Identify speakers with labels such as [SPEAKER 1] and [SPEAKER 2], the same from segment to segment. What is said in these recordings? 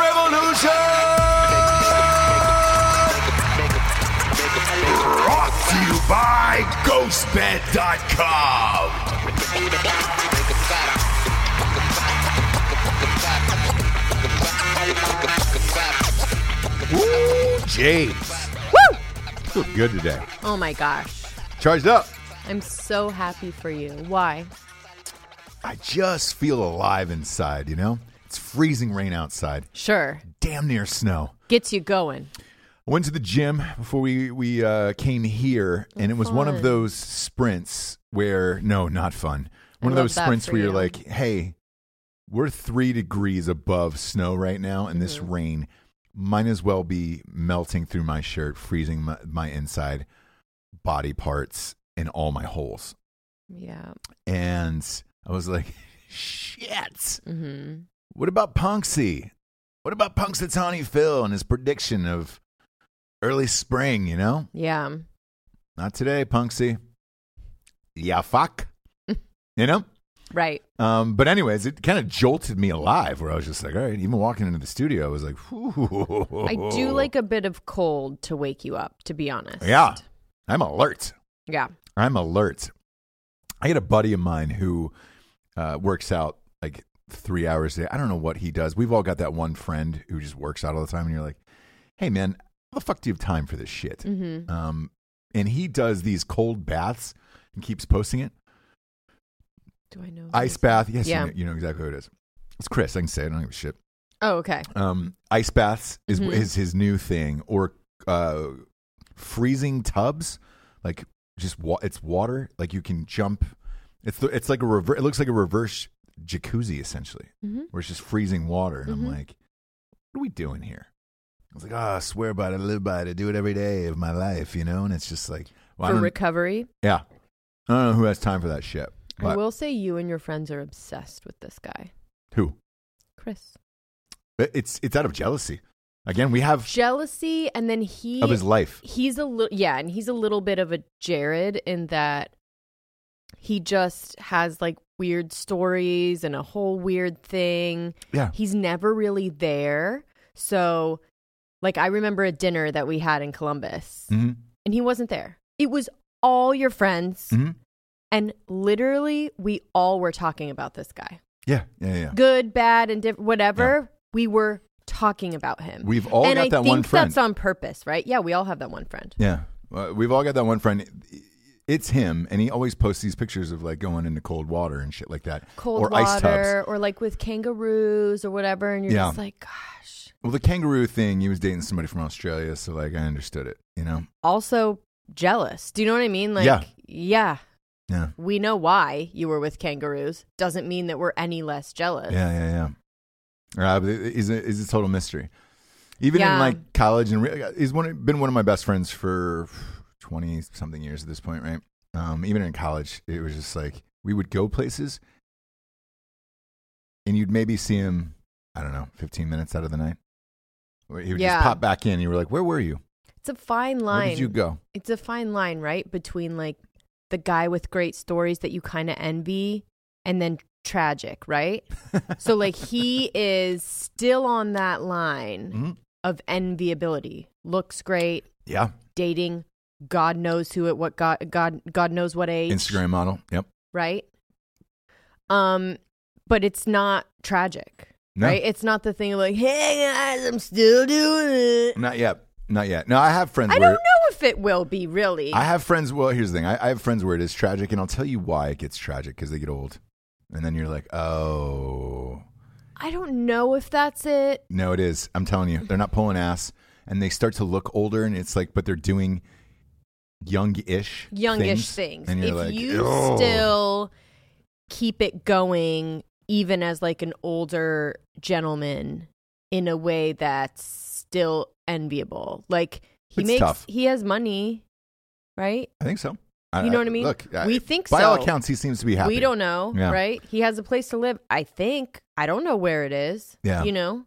[SPEAKER 1] Revolution! Brought to you by GhostBed.com. Woo, James.
[SPEAKER 2] Woo!
[SPEAKER 1] Feel good today.
[SPEAKER 2] Oh my gosh.
[SPEAKER 1] Charged up.
[SPEAKER 2] I'm so happy for you. Why?
[SPEAKER 1] I just feel alive inside, you know? It's freezing rain outside,
[SPEAKER 2] Sure.
[SPEAKER 1] damn near snow.
[SPEAKER 2] Gets you going.
[SPEAKER 1] I went to the gym before we we uh, came here, and it was one of
[SPEAKER 2] Fun.
[SPEAKER 1] those sprints where no, not fun.
[SPEAKER 2] I
[SPEAKER 1] One of
[SPEAKER 2] love
[SPEAKER 1] those
[SPEAKER 2] that
[SPEAKER 1] sprints
[SPEAKER 2] for
[SPEAKER 1] where you're
[SPEAKER 2] you.
[SPEAKER 1] like, "Hey, we're three degrees above snow right now, and
[SPEAKER 2] Mm-hmm.
[SPEAKER 1] this rain might as well be melting through my shirt, freezing my, my inside body parts and all my holes."
[SPEAKER 2] Yeah.
[SPEAKER 1] And I was like, "Shit."
[SPEAKER 2] hmm
[SPEAKER 1] What about Punksy? What about Punxsutawney Phil and his prediction of early spring, you know?
[SPEAKER 2] Yeah.
[SPEAKER 1] Not today, Punksy. Yeah, fuck. you know?
[SPEAKER 2] Right.
[SPEAKER 1] Um, but anyways, it kind of jolted me alive where I was just like, all right, even walking into the studio, I was like, Ooh.
[SPEAKER 2] I do like a bit of cold to wake you up, to be honest.
[SPEAKER 1] Yeah. I'm alert.
[SPEAKER 2] Yeah.
[SPEAKER 1] I'm alert. I had a buddy of mine who uh, works out like three hours a day. I don't know what he does. We've all got that one friend who just works out all the time, and you're like, "Hey, man, how the fuck do you have time for this shit?"
[SPEAKER 2] Mm-hmm.
[SPEAKER 1] Um, and he does these cold baths and keeps posting it.
[SPEAKER 2] Do I know?
[SPEAKER 1] Ice bath. Yes, you,
[SPEAKER 2] Yeah.
[SPEAKER 1] know, you know exactly who it is. It's Chris. I can say it. I don't give a shit.
[SPEAKER 2] Oh, okay.
[SPEAKER 1] Um, ice baths is
[SPEAKER 2] Mhm.
[SPEAKER 1] is his new thing, or uh, freezing tubs, like just wa- it's water, like you can jump. It's the, it's like a reverse. It looks like a reverse jacuzzi essentially,
[SPEAKER 2] Mhm.
[SPEAKER 1] where it's just freezing water, and
[SPEAKER 2] Mhm.
[SPEAKER 1] I'm like, what are we doing here? I was like, ah, I swear by it, I live by it, I do it every day of my life, you know. And it's just like, well, I
[SPEAKER 2] for
[SPEAKER 1] don't,
[SPEAKER 2] recovery,
[SPEAKER 1] yeah, I don't know who has time for that shit.
[SPEAKER 2] I
[SPEAKER 1] But
[SPEAKER 2] will say you and your friends are obsessed with this guy,
[SPEAKER 1] who?
[SPEAKER 2] Chris.
[SPEAKER 1] It- It's it's out of jealousy. Again, we have
[SPEAKER 2] Jealousy, and then he
[SPEAKER 1] of his life.
[SPEAKER 2] he's a little yeah and he's a little bit of a jared in that he just has like weird stories and a whole weird thing
[SPEAKER 1] Yeah.
[SPEAKER 2] he's never really there so like i remember a dinner that we had in columbus
[SPEAKER 1] hmm
[SPEAKER 2] and he wasn't there it was all your friends
[SPEAKER 1] hmm
[SPEAKER 2] and literally we all were talking about this guy
[SPEAKER 1] Yeah, yeah, yeah.
[SPEAKER 2] good bad and diff- whatever we were talking about him
[SPEAKER 1] We've all
[SPEAKER 2] and
[SPEAKER 1] got
[SPEAKER 2] I
[SPEAKER 1] that
[SPEAKER 2] think
[SPEAKER 1] one friend.
[SPEAKER 2] that's on purpose right yeah we all have that one friend
[SPEAKER 1] Yeah. Uh, we've all got that one friend. It's him, and he always posts these pictures of like going into cold water and shit like that.
[SPEAKER 2] cold
[SPEAKER 1] or
[SPEAKER 2] water
[SPEAKER 1] ice tubs.
[SPEAKER 2] or like with kangaroos or whatever and you're
[SPEAKER 1] Yeah.
[SPEAKER 2] just like gosh
[SPEAKER 1] Well, the kangaroo thing, he was dating somebody from Australia, so like I understood it, you know?
[SPEAKER 2] also jealous do you know what i mean like
[SPEAKER 1] Yeah.
[SPEAKER 2] yeah,
[SPEAKER 1] Yeah.
[SPEAKER 2] we know why you were with kangaroos doesn't mean that we're any less jealous
[SPEAKER 1] Yeah, yeah, yeah. Uh, but it- he's a, he's a total mystery. Even in
[SPEAKER 2] Yeah.
[SPEAKER 1] like college and re- he's one been one of my best friends for twenty something years at this point, right? Um, even in college, it was just like we would go places, and you'd maybe see him. I don't know, fifteen minutes out of the night. Or He would
[SPEAKER 2] Yeah.
[SPEAKER 1] just pop back in. You were like, "Where were you?
[SPEAKER 2] It's a fine
[SPEAKER 1] Where
[SPEAKER 2] line.
[SPEAKER 1] did you go?"
[SPEAKER 2] it's a fine line, right? Between like the guy with great stories that you kind of envy and then tragic, right? so like he is still on that line
[SPEAKER 1] Mhm.
[SPEAKER 2] of enviability. Looks great,
[SPEAKER 1] Yeah,
[SPEAKER 2] dating, God knows who at what God God God knows what age.
[SPEAKER 1] Instagram model. Yep.
[SPEAKER 2] right? Um, but it's not tragic.
[SPEAKER 1] No.
[SPEAKER 2] Right? It's not the thing of like, hey guys, I'm still doing it.
[SPEAKER 1] Not yet. Not yet. No, I have friends.
[SPEAKER 2] I
[SPEAKER 1] where,
[SPEAKER 2] don't know if it will be really.
[SPEAKER 1] I have friends. Well, here's the thing. I, I have friends where it is tragic, and I'll tell you why it gets tragic because they get old, and then you're like, oh,
[SPEAKER 2] I don't know if that's it.
[SPEAKER 1] no, it is. I'm telling you, they're not pulling ass, and they start to look older, and it's like, but they're doing youngish,
[SPEAKER 2] youngish
[SPEAKER 1] things,
[SPEAKER 2] things.
[SPEAKER 1] and you're
[SPEAKER 2] if
[SPEAKER 1] like,
[SPEAKER 2] you
[SPEAKER 1] "Oh."
[SPEAKER 2] still keep it going, even as like an older gentleman, in a way that's still enviable. Like he
[SPEAKER 1] It's
[SPEAKER 2] makes,
[SPEAKER 1] tough.
[SPEAKER 2] he has money, right?
[SPEAKER 1] I think so.
[SPEAKER 2] You know what I mean?
[SPEAKER 1] Look,
[SPEAKER 2] We
[SPEAKER 1] I-
[SPEAKER 2] think
[SPEAKER 1] by all
[SPEAKER 2] so.
[SPEAKER 1] accounts, he seems to be happy.
[SPEAKER 2] We don't know,
[SPEAKER 1] Yeah.
[SPEAKER 2] right? He has a place to live. I think I don't know where it is.
[SPEAKER 1] Yeah.
[SPEAKER 2] you know.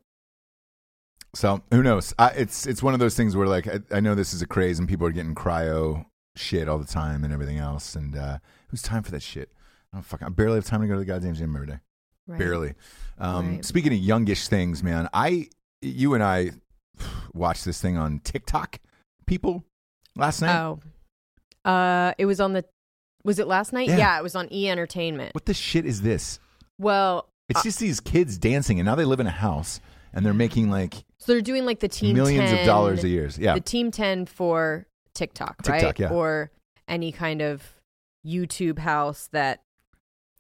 [SPEAKER 1] So who knows? I, it's it's one of those things where like I, I know this is a craze and people are getting cryo shit all the time and everything else, and uh, who's time for that shit? I don't fuck. I barely have time to go to the goddamn gym every day.
[SPEAKER 2] Right.
[SPEAKER 1] Barely. Um,
[SPEAKER 2] Right.
[SPEAKER 1] Speaking of youngish things, man, I you and I watched this thing on TikTok. People last night.
[SPEAKER 2] Oh, uh, it was on the. Was it last night?
[SPEAKER 1] Yeah.
[SPEAKER 2] yeah it was on E Entertainment.
[SPEAKER 1] What the shit is this?
[SPEAKER 2] Well,
[SPEAKER 1] It's just these kids dancing, and now they live in a house and they're making like
[SPEAKER 2] So they're doing like the team
[SPEAKER 1] millions of
[SPEAKER 2] 10
[SPEAKER 1] dollars a year. Yeah,
[SPEAKER 2] The team ten for TikTok,
[SPEAKER 1] TikTok,
[SPEAKER 2] right?
[SPEAKER 1] yeah.
[SPEAKER 2] Or any kind of YouTube house that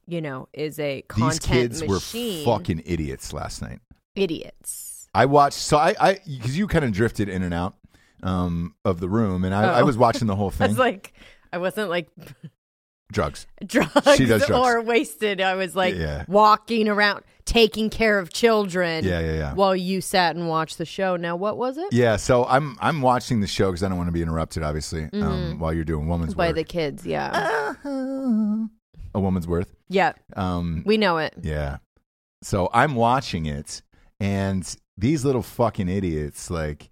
[SPEAKER 2] you know is a
[SPEAKER 1] these
[SPEAKER 2] content
[SPEAKER 1] kids
[SPEAKER 2] machine.
[SPEAKER 1] were fucking idiots last night.
[SPEAKER 2] idiots.
[SPEAKER 1] I watched. So I, I, because you kind of drifted in and out um, of the room, and I, I
[SPEAKER 2] Oh.
[SPEAKER 1] was watching the whole
[SPEAKER 2] I
[SPEAKER 1] thing.
[SPEAKER 2] was like, I wasn't like
[SPEAKER 1] Drugs.
[SPEAKER 2] drugs,
[SPEAKER 1] does drugs.
[SPEAKER 2] or wasted. I was like
[SPEAKER 1] Yeah.
[SPEAKER 2] walking around, taking care of children.
[SPEAKER 1] Yeah, yeah, yeah.
[SPEAKER 2] While you sat and watched the show. Now, what was it?
[SPEAKER 1] Yeah. So I'm, I'm watching the show because I don't want to be interrupted, obviously,
[SPEAKER 2] Mm-hmm.
[SPEAKER 1] um, while you're doing woman's
[SPEAKER 2] By
[SPEAKER 1] worth.
[SPEAKER 2] the kids. Yeah.
[SPEAKER 1] a woman's worth.
[SPEAKER 2] Yeah.
[SPEAKER 1] Um,
[SPEAKER 2] We know it.
[SPEAKER 1] Yeah. So I'm watching it, and these little fucking idiots, like,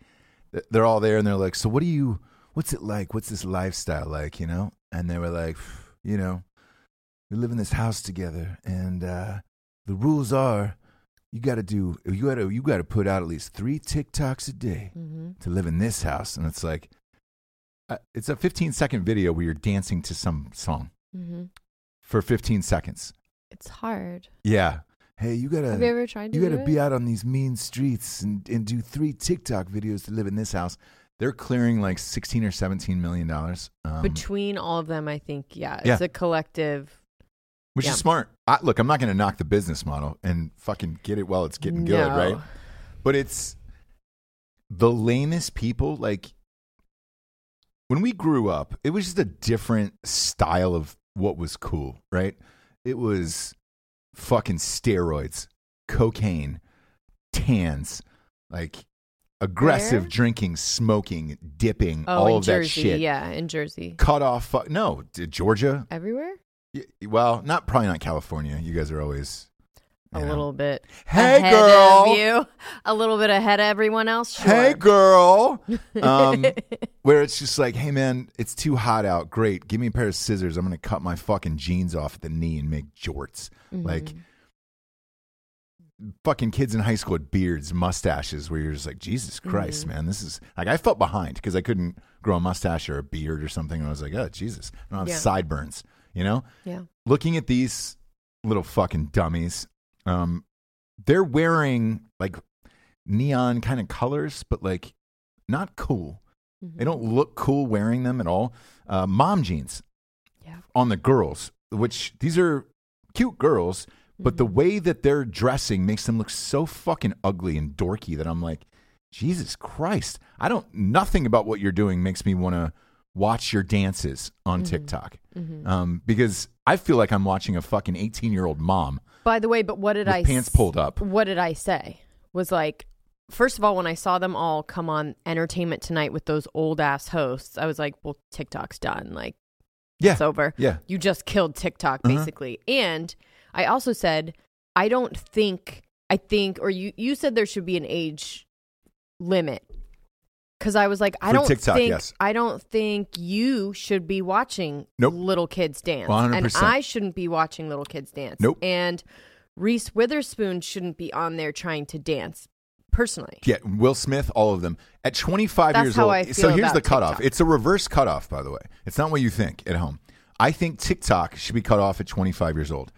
[SPEAKER 1] th- they're all there, and they're like, "So what do you? What's it like? What's this lifestyle like? You know?" And they were like, "You know, we live in this house together, and uh, the rules are." You gotta do. You gotta. You gotta put out at least three TikToks a day
[SPEAKER 2] hmm
[SPEAKER 1] to live in this house, and it's like, uh, it's a 15 second video where you're dancing to some song
[SPEAKER 2] hmm
[SPEAKER 1] for 15 seconds.
[SPEAKER 2] It's hard.
[SPEAKER 1] Yeah. Hey, you gotta.
[SPEAKER 2] Have you ever tried to
[SPEAKER 1] You
[SPEAKER 2] do
[SPEAKER 1] got to
[SPEAKER 2] it?
[SPEAKER 1] be out on these mean streets and, and do three TikTok videos to live in this house. They're clearing like sixteen or seventeen million dollars, um,
[SPEAKER 2] between all of them i think yeah it's
[SPEAKER 1] Yeah.
[SPEAKER 2] a collective
[SPEAKER 1] which
[SPEAKER 2] yeah.
[SPEAKER 1] is smart. I, look, I'm not going to knock the business model and fucking get it while it's getting good,
[SPEAKER 2] No.
[SPEAKER 1] right? But it's the lamest people. Like when we grew up, it was just a different style of what was cool, right? It was fucking steroids, cocaine, tans, like aggressive
[SPEAKER 2] Where?
[SPEAKER 1] drinking, smoking, dipping,
[SPEAKER 2] oh
[SPEAKER 1] all
[SPEAKER 2] in
[SPEAKER 1] of that
[SPEAKER 2] jersey
[SPEAKER 1] shit.
[SPEAKER 2] yeah in jersey
[SPEAKER 1] Cut off. Fu- no, d- Georgia.
[SPEAKER 2] everywhere
[SPEAKER 1] Y- Well, not probably not California. You guys are always
[SPEAKER 2] a
[SPEAKER 1] you know.
[SPEAKER 2] little bit
[SPEAKER 1] Hey,
[SPEAKER 2] ahead
[SPEAKER 1] girl.
[SPEAKER 2] of you a little bit ahead of everyone else sure.
[SPEAKER 1] Hey, girl. Um, where it's just like, hey, man, it's too hot out. Great. Give me a pair of scissors. I'm going to cut my fucking jeans off at the knee and make jorts.
[SPEAKER 2] Mm-hmm.
[SPEAKER 1] Like, fucking kids in high school had beards, mustaches, where you're just like, Jesus Christ, man, this is like, I felt behind because I couldn't grow a mustache or a beard or something. And I was like, oh, Jesus. I don't have
[SPEAKER 2] Yeah.
[SPEAKER 1] sideburns, you know?
[SPEAKER 2] yeah
[SPEAKER 1] looking at these little fucking dummies, um, they're wearing like neon kind of colors, but like not cool. They don't look cool wearing them at all. Uh, mom jeans
[SPEAKER 2] Yeah.
[SPEAKER 1] on the girls, which these are cute girls, but the way that they're dressing makes them look so fucking ugly and dorky that I'm like, Jesus Christ. I don't, nothing about what you're doing makes me want to watch your dances on TikTok um, because I feel like I'm watching a fucking 18 year old mom
[SPEAKER 2] by the way but what did
[SPEAKER 1] with
[SPEAKER 2] i
[SPEAKER 1] pants
[SPEAKER 2] s-
[SPEAKER 1] pulled up.
[SPEAKER 2] what did i say was like, first of all, when I saw them all come on Entertainment Tonight with those old ass hosts, I was like, well, TikTok's done. Like,
[SPEAKER 1] Yeah.
[SPEAKER 2] it's over.
[SPEAKER 1] Yeah.
[SPEAKER 2] You just killed TikTok,
[SPEAKER 1] Uh-huh.
[SPEAKER 2] basically. And I also said, I don't think, I think, or you, you said there should be an age limit. Cause I was like, I
[SPEAKER 1] For
[SPEAKER 2] don't
[SPEAKER 1] TikTok,
[SPEAKER 2] think
[SPEAKER 1] yes.
[SPEAKER 2] I don't think you should be watching
[SPEAKER 1] Nope.
[SPEAKER 2] little kids dance, and
[SPEAKER 1] 100%.
[SPEAKER 2] I shouldn't be watching little kids dance.
[SPEAKER 1] Nope.
[SPEAKER 2] And Reese Witherspoon shouldn't be on there trying to dance. Personally,
[SPEAKER 1] Yeah, Will Smith, all of them. At 25
[SPEAKER 2] That's
[SPEAKER 1] years
[SPEAKER 2] how
[SPEAKER 1] old.
[SPEAKER 2] I
[SPEAKER 1] so
[SPEAKER 2] feel
[SPEAKER 1] here's
[SPEAKER 2] about
[SPEAKER 1] the cutoff.
[SPEAKER 2] TikTok.
[SPEAKER 1] It's a reverse cutoff, by the way. It's not what you think at home. I think TikTok should be cut off at 25 years old.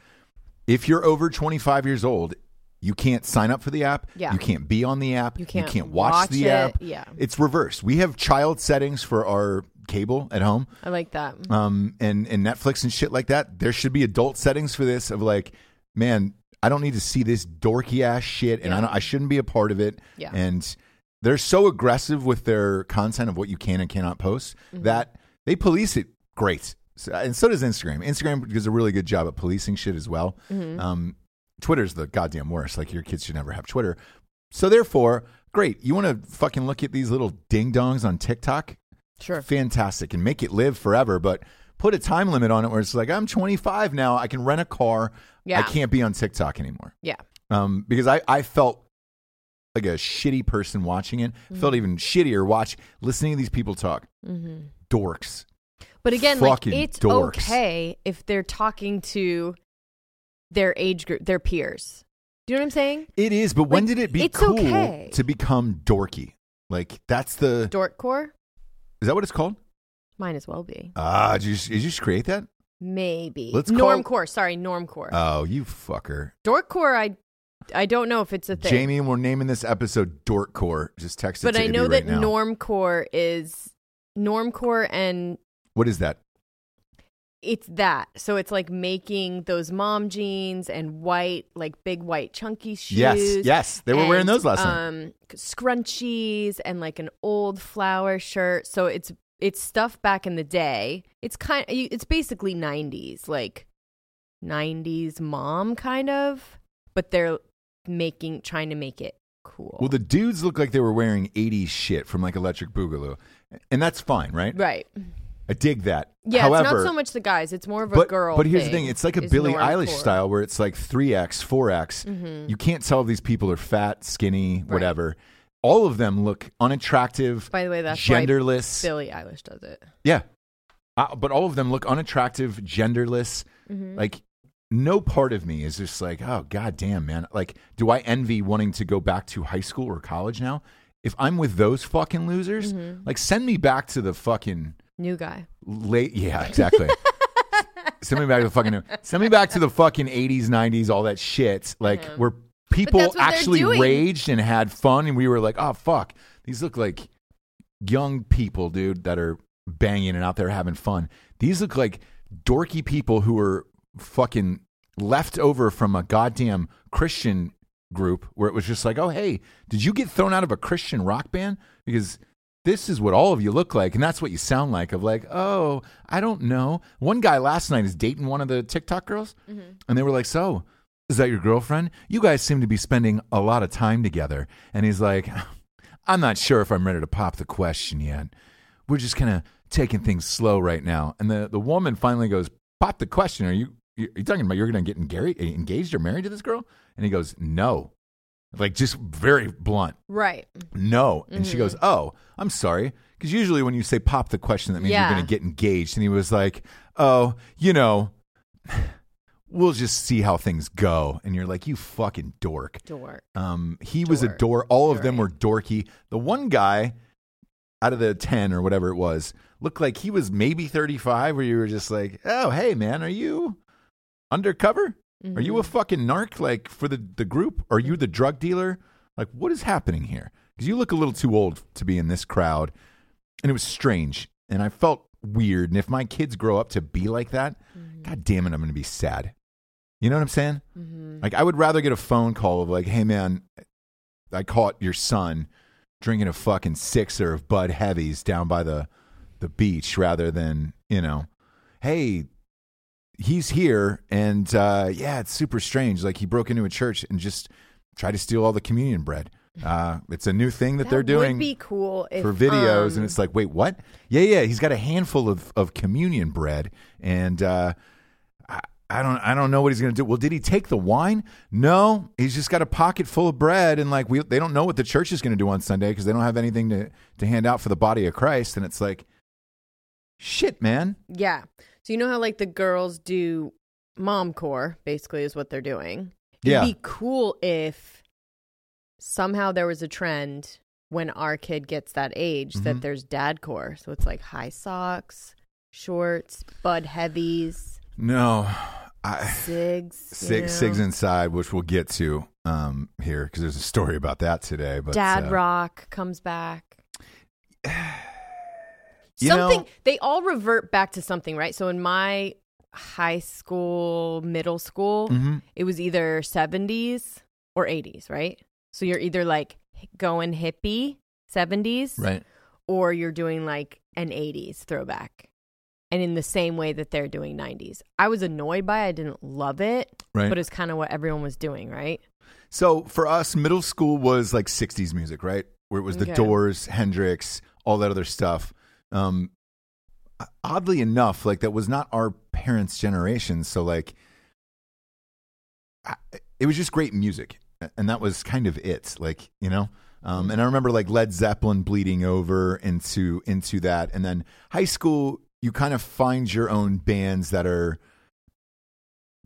[SPEAKER 1] If you're over 25 years old, you can't sign up for the app.
[SPEAKER 2] Yeah.
[SPEAKER 1] You can't be on the app.
[SPEAKER 2] You can't
[SPEAKER 1] watch,
[SPEAKER 2] watch
[SPEAKER 1] the
[SPEAKER 2] it.
[SPEAKER 1] app.
[SPEAKER 2] Yeah.
[SPEAKER 1] It's reversed. We have child settings for our cable at home
[SPEAKER 2] I like that.
[SPEAKER 1] um, and and Netflix and shit like that. There should be adult settings for this. Of like, man, I don't need to see this dorky ass shit, and I,
[SPEAKER 2] Yeah.
[SPEAKER 1] don't, I shouldn't be a part of it.
[SPEAKER 2] Yeah.
[SPEAKER 1] And they're so aggressive with their content of what you can and cannot post
[SPEAKER 2] Mm-hmm.
[SPEAKER 1] that they police it great. So, and so does Instagram. Instagram does a really good job at policing shit as well.
[SPEAKER 2] Mm-hmm.
[SPEAKER 1] Um, Twitter's the goddamn worst. Like your kids should never have Twitter. So therefore, great. You want to fucking look at these little ding dongs on TikTok?
[SPEAKER 2] Sure.
[SPEAKER 1] fantastic and make it live forever but put a time limit on it where it's like i'm 25 now i can rent a car i
[SPEAKER 2] Yeah.
[SPEAKER 1] can't be on tiktok anymore
[SPEAKER 2] Yeah.
[SPEAKER 1] um, because I, I felt like a shitty person watching it
[SPEAKER 2] Mm-hmm.
[SPEAKER 1] felt even shittier watch listening to these people talk
[SPEAKER 2] Mm-hmm.
[SPEAKER 1] dorks
[SPEAKER 2] But again, like
[SPEAKER 1] Fucking
[SPEAKER 2] it's
[SPEAKER 1] dorks.
[SPEAKER 2] okay if they're talking to their age group, their peers. Do you know what I'm saying?
[SPEAKER 1] it is but when
[SPEAKER 2] Like,
[SPEAKER 1] did it be
[SPEAKER 2] it's
[SPEAKER 1] cool
[SPEAKER 2] okay.
[SPEAKER 1] to become dorky like that's the
[SPEAKER 2] Dork core
[SPEAKER 1] is that what it's called
[SPEAKER 2] might as well be.
[SPEAKER 1] ah did, you, just- did you just create that
[SPEAKER 2] Maybe
[SPEAKER 1] Let's call-
[SPEAKER 2] norm core. Sorry, norm core.
[SPEAKER 1] oh you fucker
[SPEAKER 2] dork core. I I don't know if it's a thing.
[SPEAKER 1] jamie we're naming this episode dorkcore just text it
[SPEAKER 2] but
[SPEAKER 1] to
[SPEAKER 2] I
[SPEAKER 1] Ibby
[SPEAKER 2] know
[SPEAKER 1] right
[SPEAKER 2] that
[SPEAKER 1] now.
[SPEAKER 2] norm core is norm core, and
[SPEAKER 1] what is that
[SPEAKER 2] it's that. So it's like making those mom jeans and white, like big white chunky shoes.
[SPEAKER 1] Yes, yes, they were wearing
[SPEAKER 2] and,
[SPEAKER 1] those last night.
[SPEAKER 2] um, Scrunchies and like an old flower shirt. So it's it's stuff back in the day. It's kind. you- It's basically '90s, like '90s mom kind of, but they're making trying to make it cool.
[SPEAKER 1] Well, the dudes look like they were wearing 80s shit from like Electric Boogaloo, and that's fine, right?
[SPEAKER 2] right.
[SPEAKER 1] I dig that.
[SPEAKER 2] Yeah.
[SPEAKER 1] However,
[SPEAKER 2] it's not so much the guys. It's more of a
[SPEAKER 1] but,
[SPEAKER 2] girl.
[SPEAKER 1] But here's the thing: it's like a
[SPEAKER 2] is
[SPEAKER 1] Billie
[SPEAKER 2] normcore.
[SPEAKER 1] Eilish style where it's like three X, four X.
[SPEAKER 2] Mm-hmm.
[SPEAKER 1] You can't tell if these people are fat, skinny, whatever. All of them look unattractive.
[SPEAKER 2] By the way, that's why
[SPEAKER 1] genderless.
[SPEAKER 2] Billie Eilish does it.
[SPEAKER 1] Yeah. Uh, but all of them look unattractive, genderless. Like, no part of me is just like, oh, god damn, man. Like, do I envy wanting to go back to high school or college now? If I'm with those fucking losers, like, send me back to the fucking
[SPEAKER 2] New guy.
[SPEAKER 1] late. Yeah, exactly. send me back to the fucking. Send me back to the fucking 80s, 90s, all that shit. Like, where people
[SPEAKER 2] Uh-huh. that's what they're
[SPEAKER 1] actually
[SPEAKER 2] doing.
[SPEAKER 1] raged and had fun, and we were like, oh, fuck. These look like young people, dude, that are banging and out there having fun. These look like dorky people who are fucking left over from a goddamn Christian group where it was just like, oh, hey, did you get thrown out of a Christian rock band? Because this is what all of you look like, and that's what you sound like. Of like, oh, I don't know. One guy last night is dating one of the TikTok girls, and they were like, so is that your girlfriend? You guys seem to be spending a lot of time together. And he's like, I'm not sure if I'm ready to pop the question yet. We're just kind of taking things slow right now. And the, the woman finally goes, Pop the question. Are you, you, are you talking about you're going to get engar- engaged or married to this girl? And he goes, No. Like, just very blunt,
[SPEAKER 2] Right.
[SPEAKER 1] no. And she goes, Oh, I'm sorry. Because usually when you say pop the question, that means
[SPEAKER 2] Yeah.
[SPEAKER 1] you're going to get engaged. And he was like, Oh, you know, we'll just see how things go. And you're like, You fucking dork.
[SPEAKER 2] Dork.
[SPEAKER 1] Um, he was a
[SPEAKER 2] Dork.
[SPEAKER 1] dork. All of them
[SPEAKER 2] You're
[SPEAKER 1] were dorky. The one guy out of the 10 or whatever it was looked like he was maybe 35, where you were just like, oh, hey, man, are you undercover? Are you a fucking narc, like for the, the group? Are you the drug dealer? Like, what is happening here? Because you look a little too old to be in this crowd. And it was strange. And I felt weird. And if my kids grow up to be like that, god damn it, I'm going to be sad. You know what I'm saying?
[SPEAKER 2] Mm.
[SPEAKER 1] Like, I would rather get a phone call of, like, hey, man, I caught your son drinking a fucking sixer of Bud Heavies down by the, the beach rather than, you know, hey, he's here. And uh, yeah, it's super strange. Like, he broke into a church and just try to steal all the communion bread. Uh, it's a new thing that, they're
[SPEAKER 2] That would
[SPEAKER 1] doing
[SPEAKER 2] be cool if,
[SPEAKER 1] for videos,
[SPEAKER 2] um,
[SPEAKER 1] and it's like, wait, what? Yeah, yeah. He's got a handful of, of communion bread, and uh, I, I don't, I don't know what he's gonna do. Well, did he take the wine? No, he's just got a pocket full of bread, and like we, they don't know what the church is gonna do on Sunday because they don't have anything to to hand out for the body of Christ, and it's like, shit, man.
[SPEAKER 2] yeah. So you know how like the girls do mom core basically is what they're doing. It'd
[SPEAKER 1] Yeah.
[SPEAKER 2] be cool if somehow there was a trend when our kid gets that age
[SPEAKER 1] Mm-hmm.
[SPEAKER 2] that there's dad core. So it's like high socks, shorts, bud heavies,
[SPEAKER 1] No, I.
[SPEAKER 2] cigs,
[SPEAKER 1] Sig,
[SPEAKER 2] you know,
[SPEAKER 1] Sigs inside, which we'll get to um, here because there's a story about that today. But
[SPEAKER 2] dad
[SPEAKER 1] uh,
[SPEAKER 2] rock comes back.
[SPEAKER 1] you know-
[SPEAKER 2] something they all revert back to something right so in my high school middle school
[SPEAKER 1] Mhm.
[SPEAKER 2] it was either 70s or 80s right so you're either like h- going hippie 70s
[SPEAKER 1] right?
[SPEAKER 2] or you're doing like an 80s throwback and in the same way that they're doing 90s i was annoyed by it. i didn't love it
[SPEAKER 1] Right.
[SPEAKER 2] but it's kind of what everyone was doing right
[SPEAKER 1] So for us, middle school was like '60s music, right? Where it was the
[SPEAKER 2] Okay.
[SPEAKER 1] Doors, Hendrix, all that other stuff. Um, oddly enough, like that was not our parents' generation, so like I, it was just great music, and that was kind of it. Like you know. Um, and I remember like Led Zeppelin bleeding over into into that, and then high school, you kind of find your own bands that are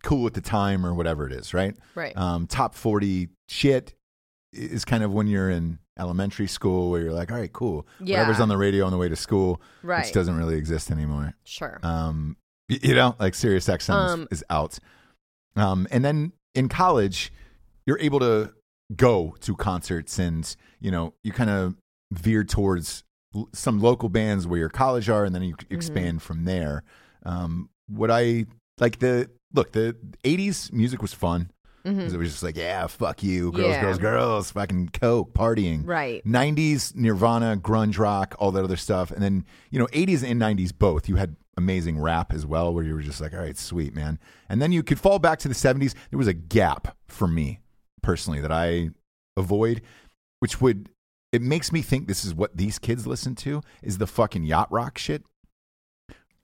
[SPEAKER 1] cool at the time or whatever it is, right?
[SPEAKER 2] right
[SPEAKER 1] um, top 40 shit is kind of when you're in elementary school where you're like, all right, cool.
[SPEAKER 2] Yeah.
[SPEAKER 1] Whatever's on the radio on the way to school,
[SPEAKER 2] right
[SPEAKER 1] which doesn't really exist anymore.
[SPEAKER 2] sure
[SPEAKER 1] Um, y- you know, like Sirius XM
[SPEAKER 2] Um,
[SPEAKER 1] is, is out. Um, and then in college, you're able to go to concerts and, you know, you kind of veer towards l- some local bands where your college are and then you c-
[SPEAKER 2] Mm-hmm.
[SPEAKER 1] expand from there. Um, what I like the look, the 80s music was fun.
[SPEAKER 2] Mhm.
[SPEAKER 1] 'Cause It was just like, yeah, fuck you, girls,
[SPEAKER 2] Yeah.
[SPEAKER 1] girls, girls, fucking coke, partying.
[SPEAKER 2] right
[SPEAKER 1] 90s Nirvana, grunge rock, all that other stuff. And then, you know, 80s and 90s both. You had amazing rap as well where you were just like, all right, sweet, man. And then you could fall back to the 70s. There was a gap for me personally that I avoid, which would it makes me think this is what these kids listen to is the fucking yacht rock shit.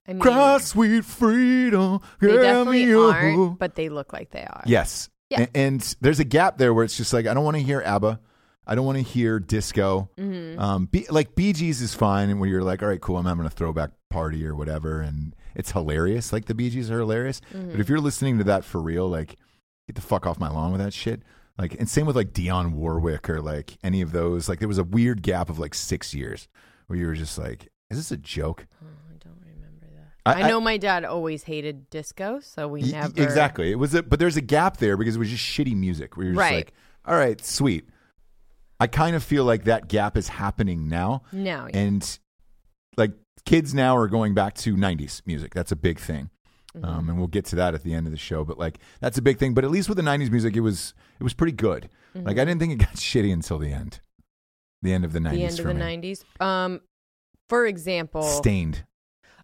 [SPEAKER 2] i mean
[SPEAKER 1] Cry sweet freedom.
[SPEAKER 2] Mm. they
[SPEAKER 1] give
[SPEAKER 2] definitely
[SPEAKER 1] me a hope.
[SPEAKER 2] aren't but they look like they are
[SPEAKER 1] Yes.
[SPEAKER 2] Yeah.
[SPEAKER 1] A- And there's a gap there where it's just like I don't want to hear ABBA, I don't want to hear disco. Um, B- like Bee Gees is fine, and where you're like, all right, cool, I'm having a throwback party or whatever, and it's hilarious. Like the Bee Gees are hilarious, but if you're listening to that for real, like get the fuck off my lawn with that shit. Like, and same with like Dionne Warwick or like any of those. Like there was a weird gap of like six years where you were just like, is this a joke?
[SPEAKER 2] Oh, I don't remember that.
[SPEAKER 1] I-
[SPEAKER 2] I,
[SPEAKER 1] I-
[SPEAKER 2] know my dad always hated disco, so we
[SPEAKER 1] Y- y-
[SPEAKER 2] never
[SPEAKER 1] Exactly. It was a but there's a gap there because it was just shitty music where you're just
[SPEAKER 2] Right.
[SPEAKER 1] like, all right, sweet. I kind of feel like that gap is happening now.
[SPEAKER 2] No,
[SPEAKER 1] And like kids now are going back to 90s music. That's a big thing.
[SPEAKER 2] Mm-hmm.
[SPEAKER 1] Um, and we'll get to that at the end of the show, but like that's a big thing. But at least with the 90s music, it was it was pretty good. Like I didn't think it got shitty until the end, the end of the 90s.
[SPEAKER 2] Mm-hmm. the end of
[SPEAKER 1] for
[SPEAKER 2] the
[SPEAKER 1] me.
[SPEAKER 2] nineties. Um, for example,
[SPEAKER 1] Stained.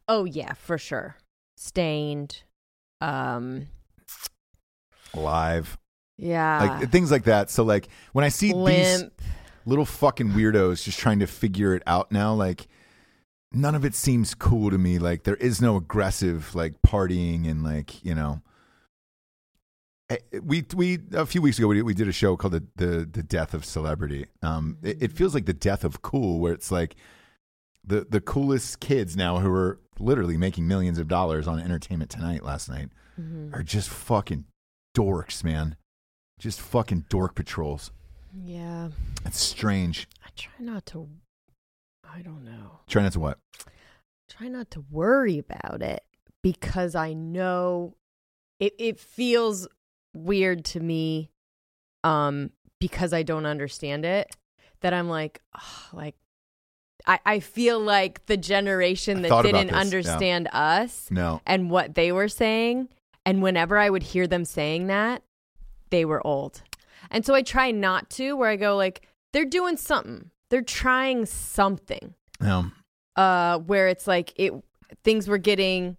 [SPEAKER 2] oh yeah, for sure, stained. Um,
[SPEAKER 1] Live,
[SPEAKER 2] yeah,
[SPEAKER 1] like things like that. So, like when I see these,
[SPEAKER 2] Ah. limp.
[SPEAKER 1] little fucking weirdos just trying to figure it out now. Like, none of it seems cool to me. Like, there is no aggressive like partying and like you know. Eh, We we a few weeks ago we did, we did a show called the the, the death of celebrity. Um, it, it feels like the death of cool, where it's like the the coolest kids now who are literally making millions of dollars on Entertainment Tonight last night
[SPEAKER 2] Mm-hmm.
[SPEAKER 1] are just fucking dorks, man. Just fucking dork patrols.
[SPEAKER 2] Yeah,
[SPEAKER 1] It's strange.
[SPEAKER 2] I try not to. I don't know.
[SPEAKER 1] Try not to what?
[SPEAKER 2] Try not to worry about it because I know it. It feels weird to me, um, because I don't understand it. That I'm like, "Ugh," like, I I feel like the
[SPEAKER 1] I
[SPEAKER 2] generation that
[SPEAKER 1] thought about
[SPEAKER 2] didn't
[SPEAKER 1] this, yeah.
[SPEAKER 2] understand us
[SPEAKER 1] No.
[SPEAKER 2] and what they were saying, and whenever I would hear them saying that, they were old, and so I try not to. Where I go, like, they're doing something. They're trying something
[SPEAKER 1] No.
[SPEAKER 2] uh, where it's like it things were getting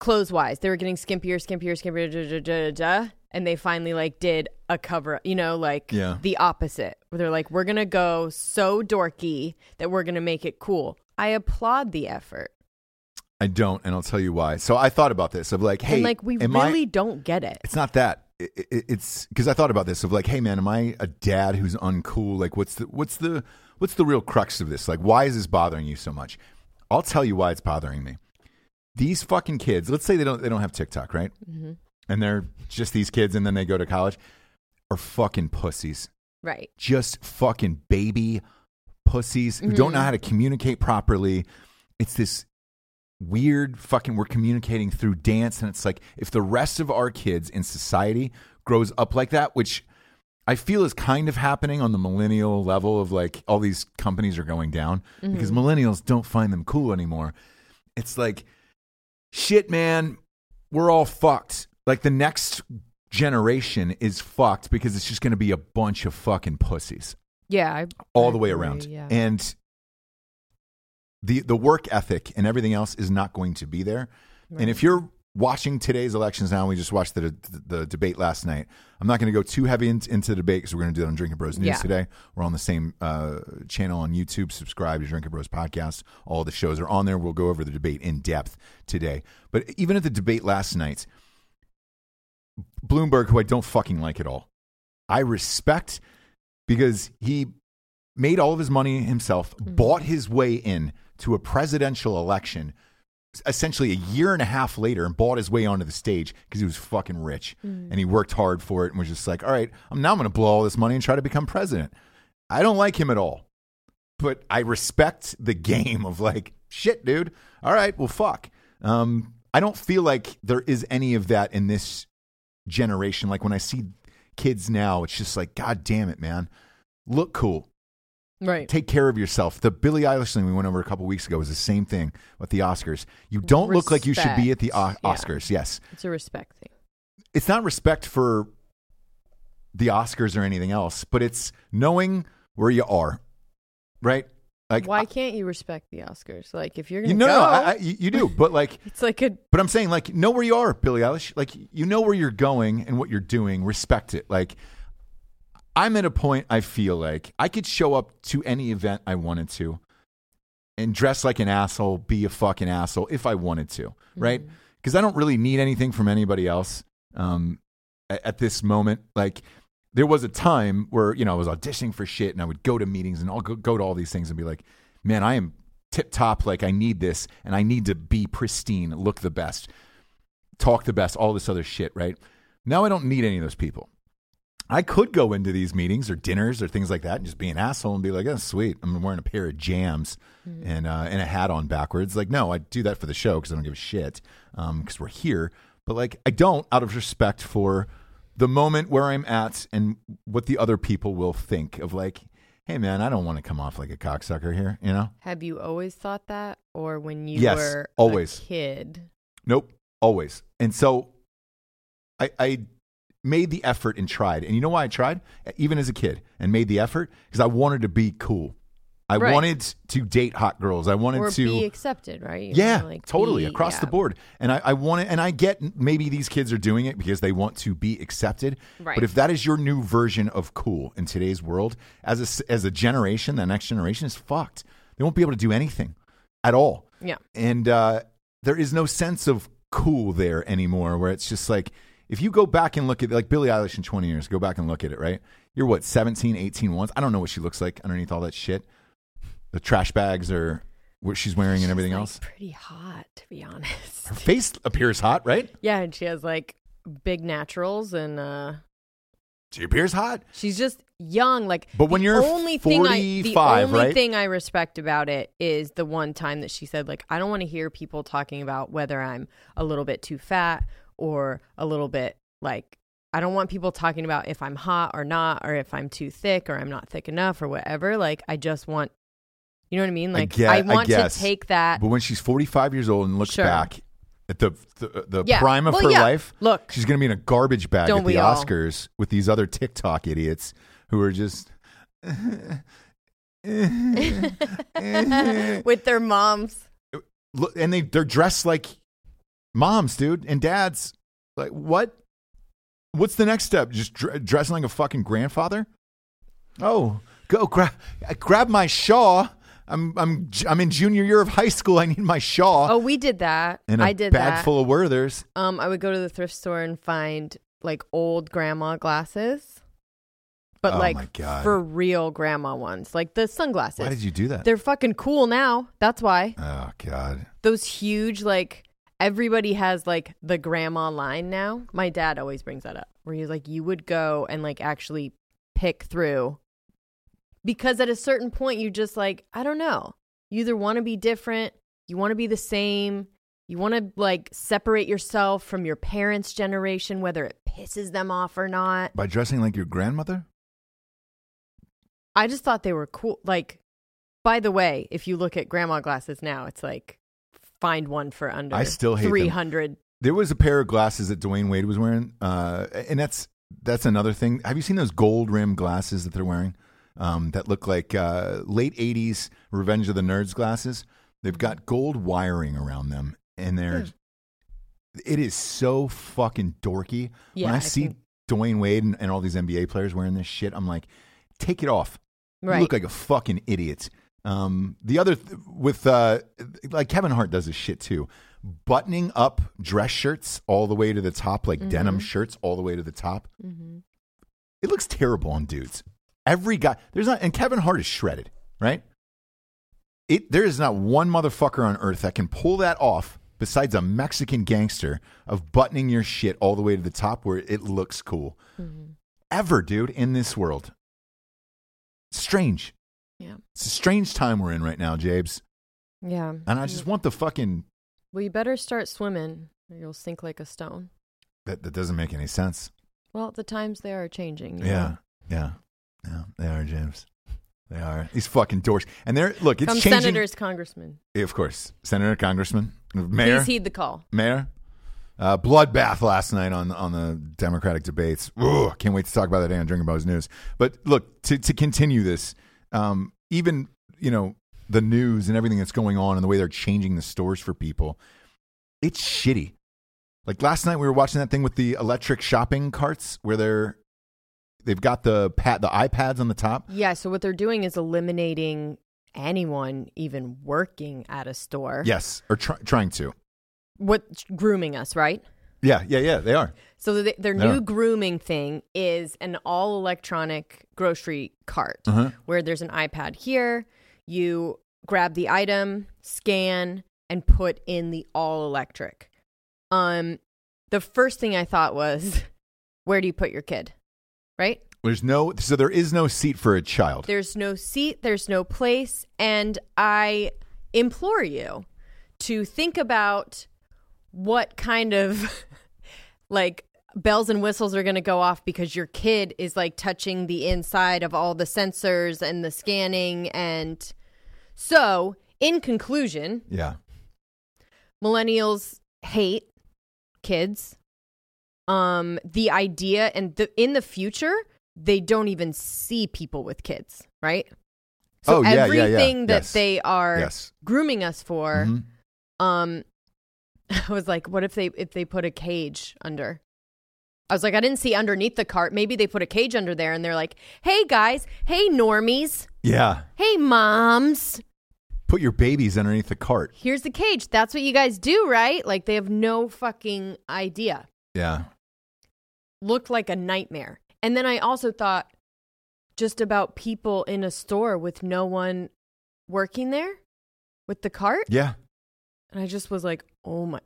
[SPEAKER 2] clothes wise, they were getting skimpier, skimpier, skimpier, da, da, da, da, da, and they finally like did a cover, you know, like
[SPEAKER 1] Yeah.
[SPEAKER 2] the opposite. Where they're like, we're gonna go so dorky that we're gonna make it cool. I applaud the effort.
[SPEAKER 1] I don't, and I'll tell you why. So I thought about this of like, hey,
[SPEAKER 2] and like we
[SPEAKER 1] am I-
[SPEAKER 2] really don't get it.
[SPEAKER 1] it's not that. It, it, it's because I thought about this of like, hey man, am I a dad who's uncool? Like, what's the what's the what's the real crux of this? Like, why is this bothering you so much? I'll tell you why it's bothering me. These fucking kids. Let's say they don't they don't have TikTok, right?
[SPEAKER 2] Mm-hmm.
[SPEAKER 1] And they're just these kids, and then they go to college. Are fucking pussies
[SPEAKER 2] Right.
[SPEAKER 1] just fucking baby pussies who don't know how to communicate properly. It's this weird fucking we're communicating through dance and it's like if the rest of our kids in society grows up like that, which I feel is kind of happening on the millennial level of like all these companies are going down because millennials don't find them cool anymore. It's like shit man, we're all fucked. Like the next generation is fucked because it's just going to be a bunch of fucking pussies
[SPEAKER 2] Yeah. I,
[SPEAKER 1] all
[SPEAKER 2] I
[SPEAKER 1] the way
[SPEAKER 2] agree,
[SPEAKER 1] around.
[SPEAKER 2] Yeah.
[SPEAKER 1] And the the work ethic and everything else is not going to be there. And if you're watching today's elections now, we just watched the the debate last night. I'm not going to go too heavy in, into the debate because we're going to do it on Drinking Bros News
[SPEAKER 2] Yeah.
[SPEAKER 1] today. We're on the same uh, channel on YouTube. Subscribe to Drinking Bros Podcast. All the shows are on there. We'll go over the debate in depth today. But even at the debate last night, Bloomberg, who I don't fucking like at all, I respect because he made all of his money himself, bought his way in to a presidential election essentially a year and a half later and bought his way onto the stage because he was fucking rich and he worked hard for it and was just like, all right, I'm now going to blow all this money and try to become president. I don't like him at all, but I respect the game of like, shit, dude. All right, well, fuck. Um, I don't feel like there is any of that in this generation. Like when I see kids now, it's just like, God damn it, man. Look cool
[SPEAKER 2] right.
[SPEAKER 1] take care of yourself. The Billie Eilish thing we went over a couple weeks ago was the same thing with the Oscars. You don't look like you should be at the o-
[SPEAKER 2] Respect, yeah.
[SPEAKER 1] Oscars. Yes.
[SPEAKER 2] It's a respect thing.
[SPEAKER 1] It's not respect for the Oscars or anything else, but it's knowing where you are, right? Like,
[SPEAKER 2] Why
[SPEAKER 1] I-
[SPEAKER 2] can't you respect the Oscars? Like if you're gonna
[SPEAKER 1] you no,
[SPEAKER 2] go,
[SPEAKER 1] no, I, I, you you do, but like,
[SPEAKER 2] it's like a
[SPEAKER 1] but I'm saying like, know where you are, Billie Eilish. Like, you know where you're going and what you're doing. Respect it. Like, I'm at a point I feel like I could show up to any event I wanted to and dress like an asshole, be a fucking asshole if I wanted to, right? Because I don't really need anything from anybody else um, at, at this moment. Like, there was a time where, you know, I was auditioning for shit and I would go to meetings and I'll go, go to all these things and be like, man, I am tip top. Like, I need this and I need to be pristine, look the best, talk the best, all this other shit, right? Now I don't need any of those people. I could go into these meetings or dinners or things like that and just be an asshole and be like, "Oh, sweet, I'm wearing a pair of jams and uh, and a hat on backwards." Like, no, I do that for the show because I don't give a shit because we're here. But like, I don't out of respect for the moment where I'm at and what the other people will think of. Like, hey, man, I don't want to come off like a cocksucker here, you know?
[SPEAKER 2] Have you always thought that, or when you
[SPEAKER 1] Yes,
[SPEAKER 2] were
[SPEAKER 1] always.
[SPEAKER 2] a kid?
[SPEAKER 1] Nope, always. And so I, I made the effort and tried. And you know why I tried? Even as a kid and made the effort? Because I wanted to be cool. I
[SPEAKER 2] Right.
[SPEAKER 1] wanted to date hot girls. I wanted
[SPEAKER 2] Or
[SPEAKER 1] to
[SPEAKER 2] be accepted, right? You
[SPEAKER 1] yeah,
[SPEAKER 2] wanna, like,
[SPEAKER 1] totally
[SPEAKER 2] be-
[SPEAKER 1] across the
[SPEAKER 2] yeah.
[SPEAKER 1] board. And I, I want it, and I get maybe these kids are doing it because they want to be accepted.
[SPEAKER 2] Right.
[SPEAKER 1] But if that is your new version of cool in today's world, as a, s- as a generation, the next generation is fucked. They won't be able to do anything at all.
[SPEAKER 2] Yeah.
[SPEAKER 1] And uh, there is no sense of cool there anymore, where it's just like, if you go back and look at, like Billie Eilish in 20 years, go back and look at it, right? You're what, 17, 18 once? I don't know what she looks like underneath all that shit. The trash bags or what she's wearing and everything
[SPEAKER 2] She's, like,
[SPEAKER 1] else.
[SPEAKER 2] Pretty hot, to be honest.
[SPEAKER 1] Her face appears hot, right?
[SPEAKER 2] Yeah, and she has like big naturals, and uh
[SPEAKER 1] She appears hot.
[SPEAKER 2] she's just young. Like,
[SPEAKER 1] But when
[SPEAKER 2] the
[SPEAKER 1] you're
[SPEAKER 2] only thing I, the
[SPEAKER 1] 45,
[SPEAKER 2] only
[SPEAKER 1] right?
[SPEAKER 2] thing I respect about it is the one time that she said, like, I don't want to hear people talking about whether I'm a little bit too fat or a little bit like. I don't want people talking about if I'm hot or not, or if I'm too thick or I'm not thick enough or whatever. Like, I just want, you know what I mean? Like, I,
[SPEAKER 1] get- I
[SPEAKER 2] want to
[SPEAKER 1] guess.
[SPEAKER 2] take that.
[SPEAKER 1] But when she's 45 years old and looks
[SPEAKER 2] Sure.
[SPEAKER 1] back at the the, the
[SPEAKER 2] Yeah.
[SPEAKER 1] prime of
[SPEAKER 2] Well,
[SPEAKER 1] her
[SPEAKER 2] yeah.
[SPEAKER 1] life,
[SPEAKER 2] Look.
[SPEAKER 1] she's going to be in a garbage bag
[SPEAKER 2] Don't
[SPEAKER 1] at the
[SPEAKER 2] we all?
[SPEAKER 1] Oscars with these other TikTok idiots who are just
[SPEAKER 2] with their moms.
[SPEAKER 1] look, and they they're dressed like moms, dude, and dads. Like what? What's the next step? Just dr- dressing like a fucking grandfather? Oh, go grab grab my shawl. I'm I'm j- I'm in junior year of high school. I need my shawl
[SPEAKER 2] Oh, we did that.
[SPEAKER 1] and a
[SPEAKER 2] I did
[SPEAKER 1] bag
[SPEAKER 2] that.
[SPEAKER 1] full of Werthers.
[SPEAKER 2] um, I would go to the thrift store and find like old grandma glasses, but
[SPEAKER 1] Oh, my
[SPEAKER 2] like
[SPEAKER 1] God.
[SPEAKER 2] for real grandma ones, like the sunglasses.
[SPEAKER 1] Why did you do that?
[SPEAKER 2] They're fucking cool now. That's why
[SPEAKER 1] oh God.
[SPEAKER 2] those huge like everybody has like the grandma line now. My dad always brings that up where he's like, you would go and like actually pick through because at a certain point you just like I don't know. You either want to be different, you want to be the same, you want to like separate yourself from your parents' generation, whether it pisses them off or not.
[SPEAKER 1] By dressing like your grandmother?
[SPEAKER 2] I just thought they were cool. Like, by the way, if you look at grandma glasses now, it's like find one for under.
[SPEAKER 1] I still hate them.
[SPEAKER 2] three hundred.
[SPEAKER 1] There was a pair of glasses that Dwayne Wade was wearing, uh, and that's that's another thing. Have you seen those gold rimmed glasses that they're wearing um, that look like uh, late '80s Revenge of the Nerds glasses? They've got gold wiring around them, and they're it is so fucking dorky.
[SPEAKER 2] Yeah,
[SPEAKER 1] when I,
[SPEAKER 2] I
[SPEAKER 1] see
[SPEAKER 2] think-
[SPEAKER 1] Dwayne Wade and, and all these NBA players wearing this shit, I'm like, take it off.
[SPEAKER 2] Right.
[SPEAKER 1] You look like a fucking idiot. Um, the other th- with uh, like Kevin Hart does this shit too, buttoning up dress shirts all the way to the top, like denim shirts all the way to the top. It looks terrible on dudes. Every guy there's not, and Kevin Hart is shredded, right? It there is not one motherfucker on earth that can pull that off besides a Mexican gangster of buttoning your shit all the way to the top where it looks cool. Ever, dude, in this world. Strange.
[SPEAKER 2] yeah.
[SPEAKER 1] It's a strange time we're in right now, Jabes.
[SPEAKER 2] Yeah.
[SPEAKER 1] And I just want the fucking
[SPEAKER 2] Well, you better start swimming, or you'll sink like a stone.
[SPEAKER 1] that that doesn't make any sense.
[SPEAKER 2] Well, the times they are changing. you
[SPEAKER 1] Yeah.
[SPEAKER 2] know.
[SPEAKER 1] Yeah. Yeah. They are, James. They are. These fucking dorks. And they're look, it's
[SPEAKER 2] Come
[SPEAKER 1] changing.
[SPEAKER 2] senators, congressmen,
[SPEAKER 1] Yeah, Of course. Senator, congressman, mayor.
[SPEAKER 2] please heed the call.
[SPEAKER 1] Mayor. Uh, bloodbath last night on on the Democratic debates. Ugh, can't wait to talk about that and drink about his news. But look to to continue this. Um, even you know the news and everything that's going on and the way they're changing the stores for people. It's shitty. Like last night we were watching that thing with the electric shopping carts where they're they've got the pat the iPads on the top.
[SPEAKER 2] Yeah. So what they're doing is eliminating anyone even working at a store.
[SPEAKER 1] Yes, or try, trying to.
[SPEAKER 2] What grooming us, right?
[SPEAKER 1] Yeah, yeah, yeah. They are.
[SPEAKER 2] So th their
[SPEAKER 1] Yeah.
[SPEAKER 2] new grooming thing is an all electronic grocery cart
[SPEAKER 1] Uh-huh.
[SPEAKER 2] where there's an iPad here. You grab the item, scan, and put in the all electric. Um, the first thing I thought was, where do you put your kid? Right?
[SPEAKER 1] There's no so there is no seat for a child.
[SPEAKER 2] There's no seat, there's no place. And I implore you to think about what kind of like bells and whistles are going to go off because your kid is like touching the inside of all the sensors and the scanning. And so, in conclusion,
[SPEAKER 1] yeah.
[SPEAKER 2] millennials hate kids um the idea and the in the future they don't even see people with kids right so
[SPEAKER 1] Oh, yeah, yeah, yeah.
[SPEAKER 2] everything that
[SPEAKER 1] Yes.
[SPEAKER 2] they are
[SPEAKER 1] Yes.
[SPEAKER 2] grooming us for
[SPEAKER 1] Mhm.
[SPEAKER 2] um i was like what if they if they put a cage under i was like i didn't see underneath the cart maybe they put a cage under there and they're like hey guys hey normies
[SPEAKER 1] Yeah.
[SPEAKER 2] hey moms
[SPEAKER 1] Put your babies underneath the cart.
[SPEAKER 2] here's the cage that's what you guys do right like they have no fucking idea
[SPEAKER 1] Yeah.
[SPEAKER 2] looked like a nightmare. And then I also thought just about people in a store with no one working there with the cart.
[SPEAKER 1] Yeah.
[SPEAKER 2] And I just was like, oh my.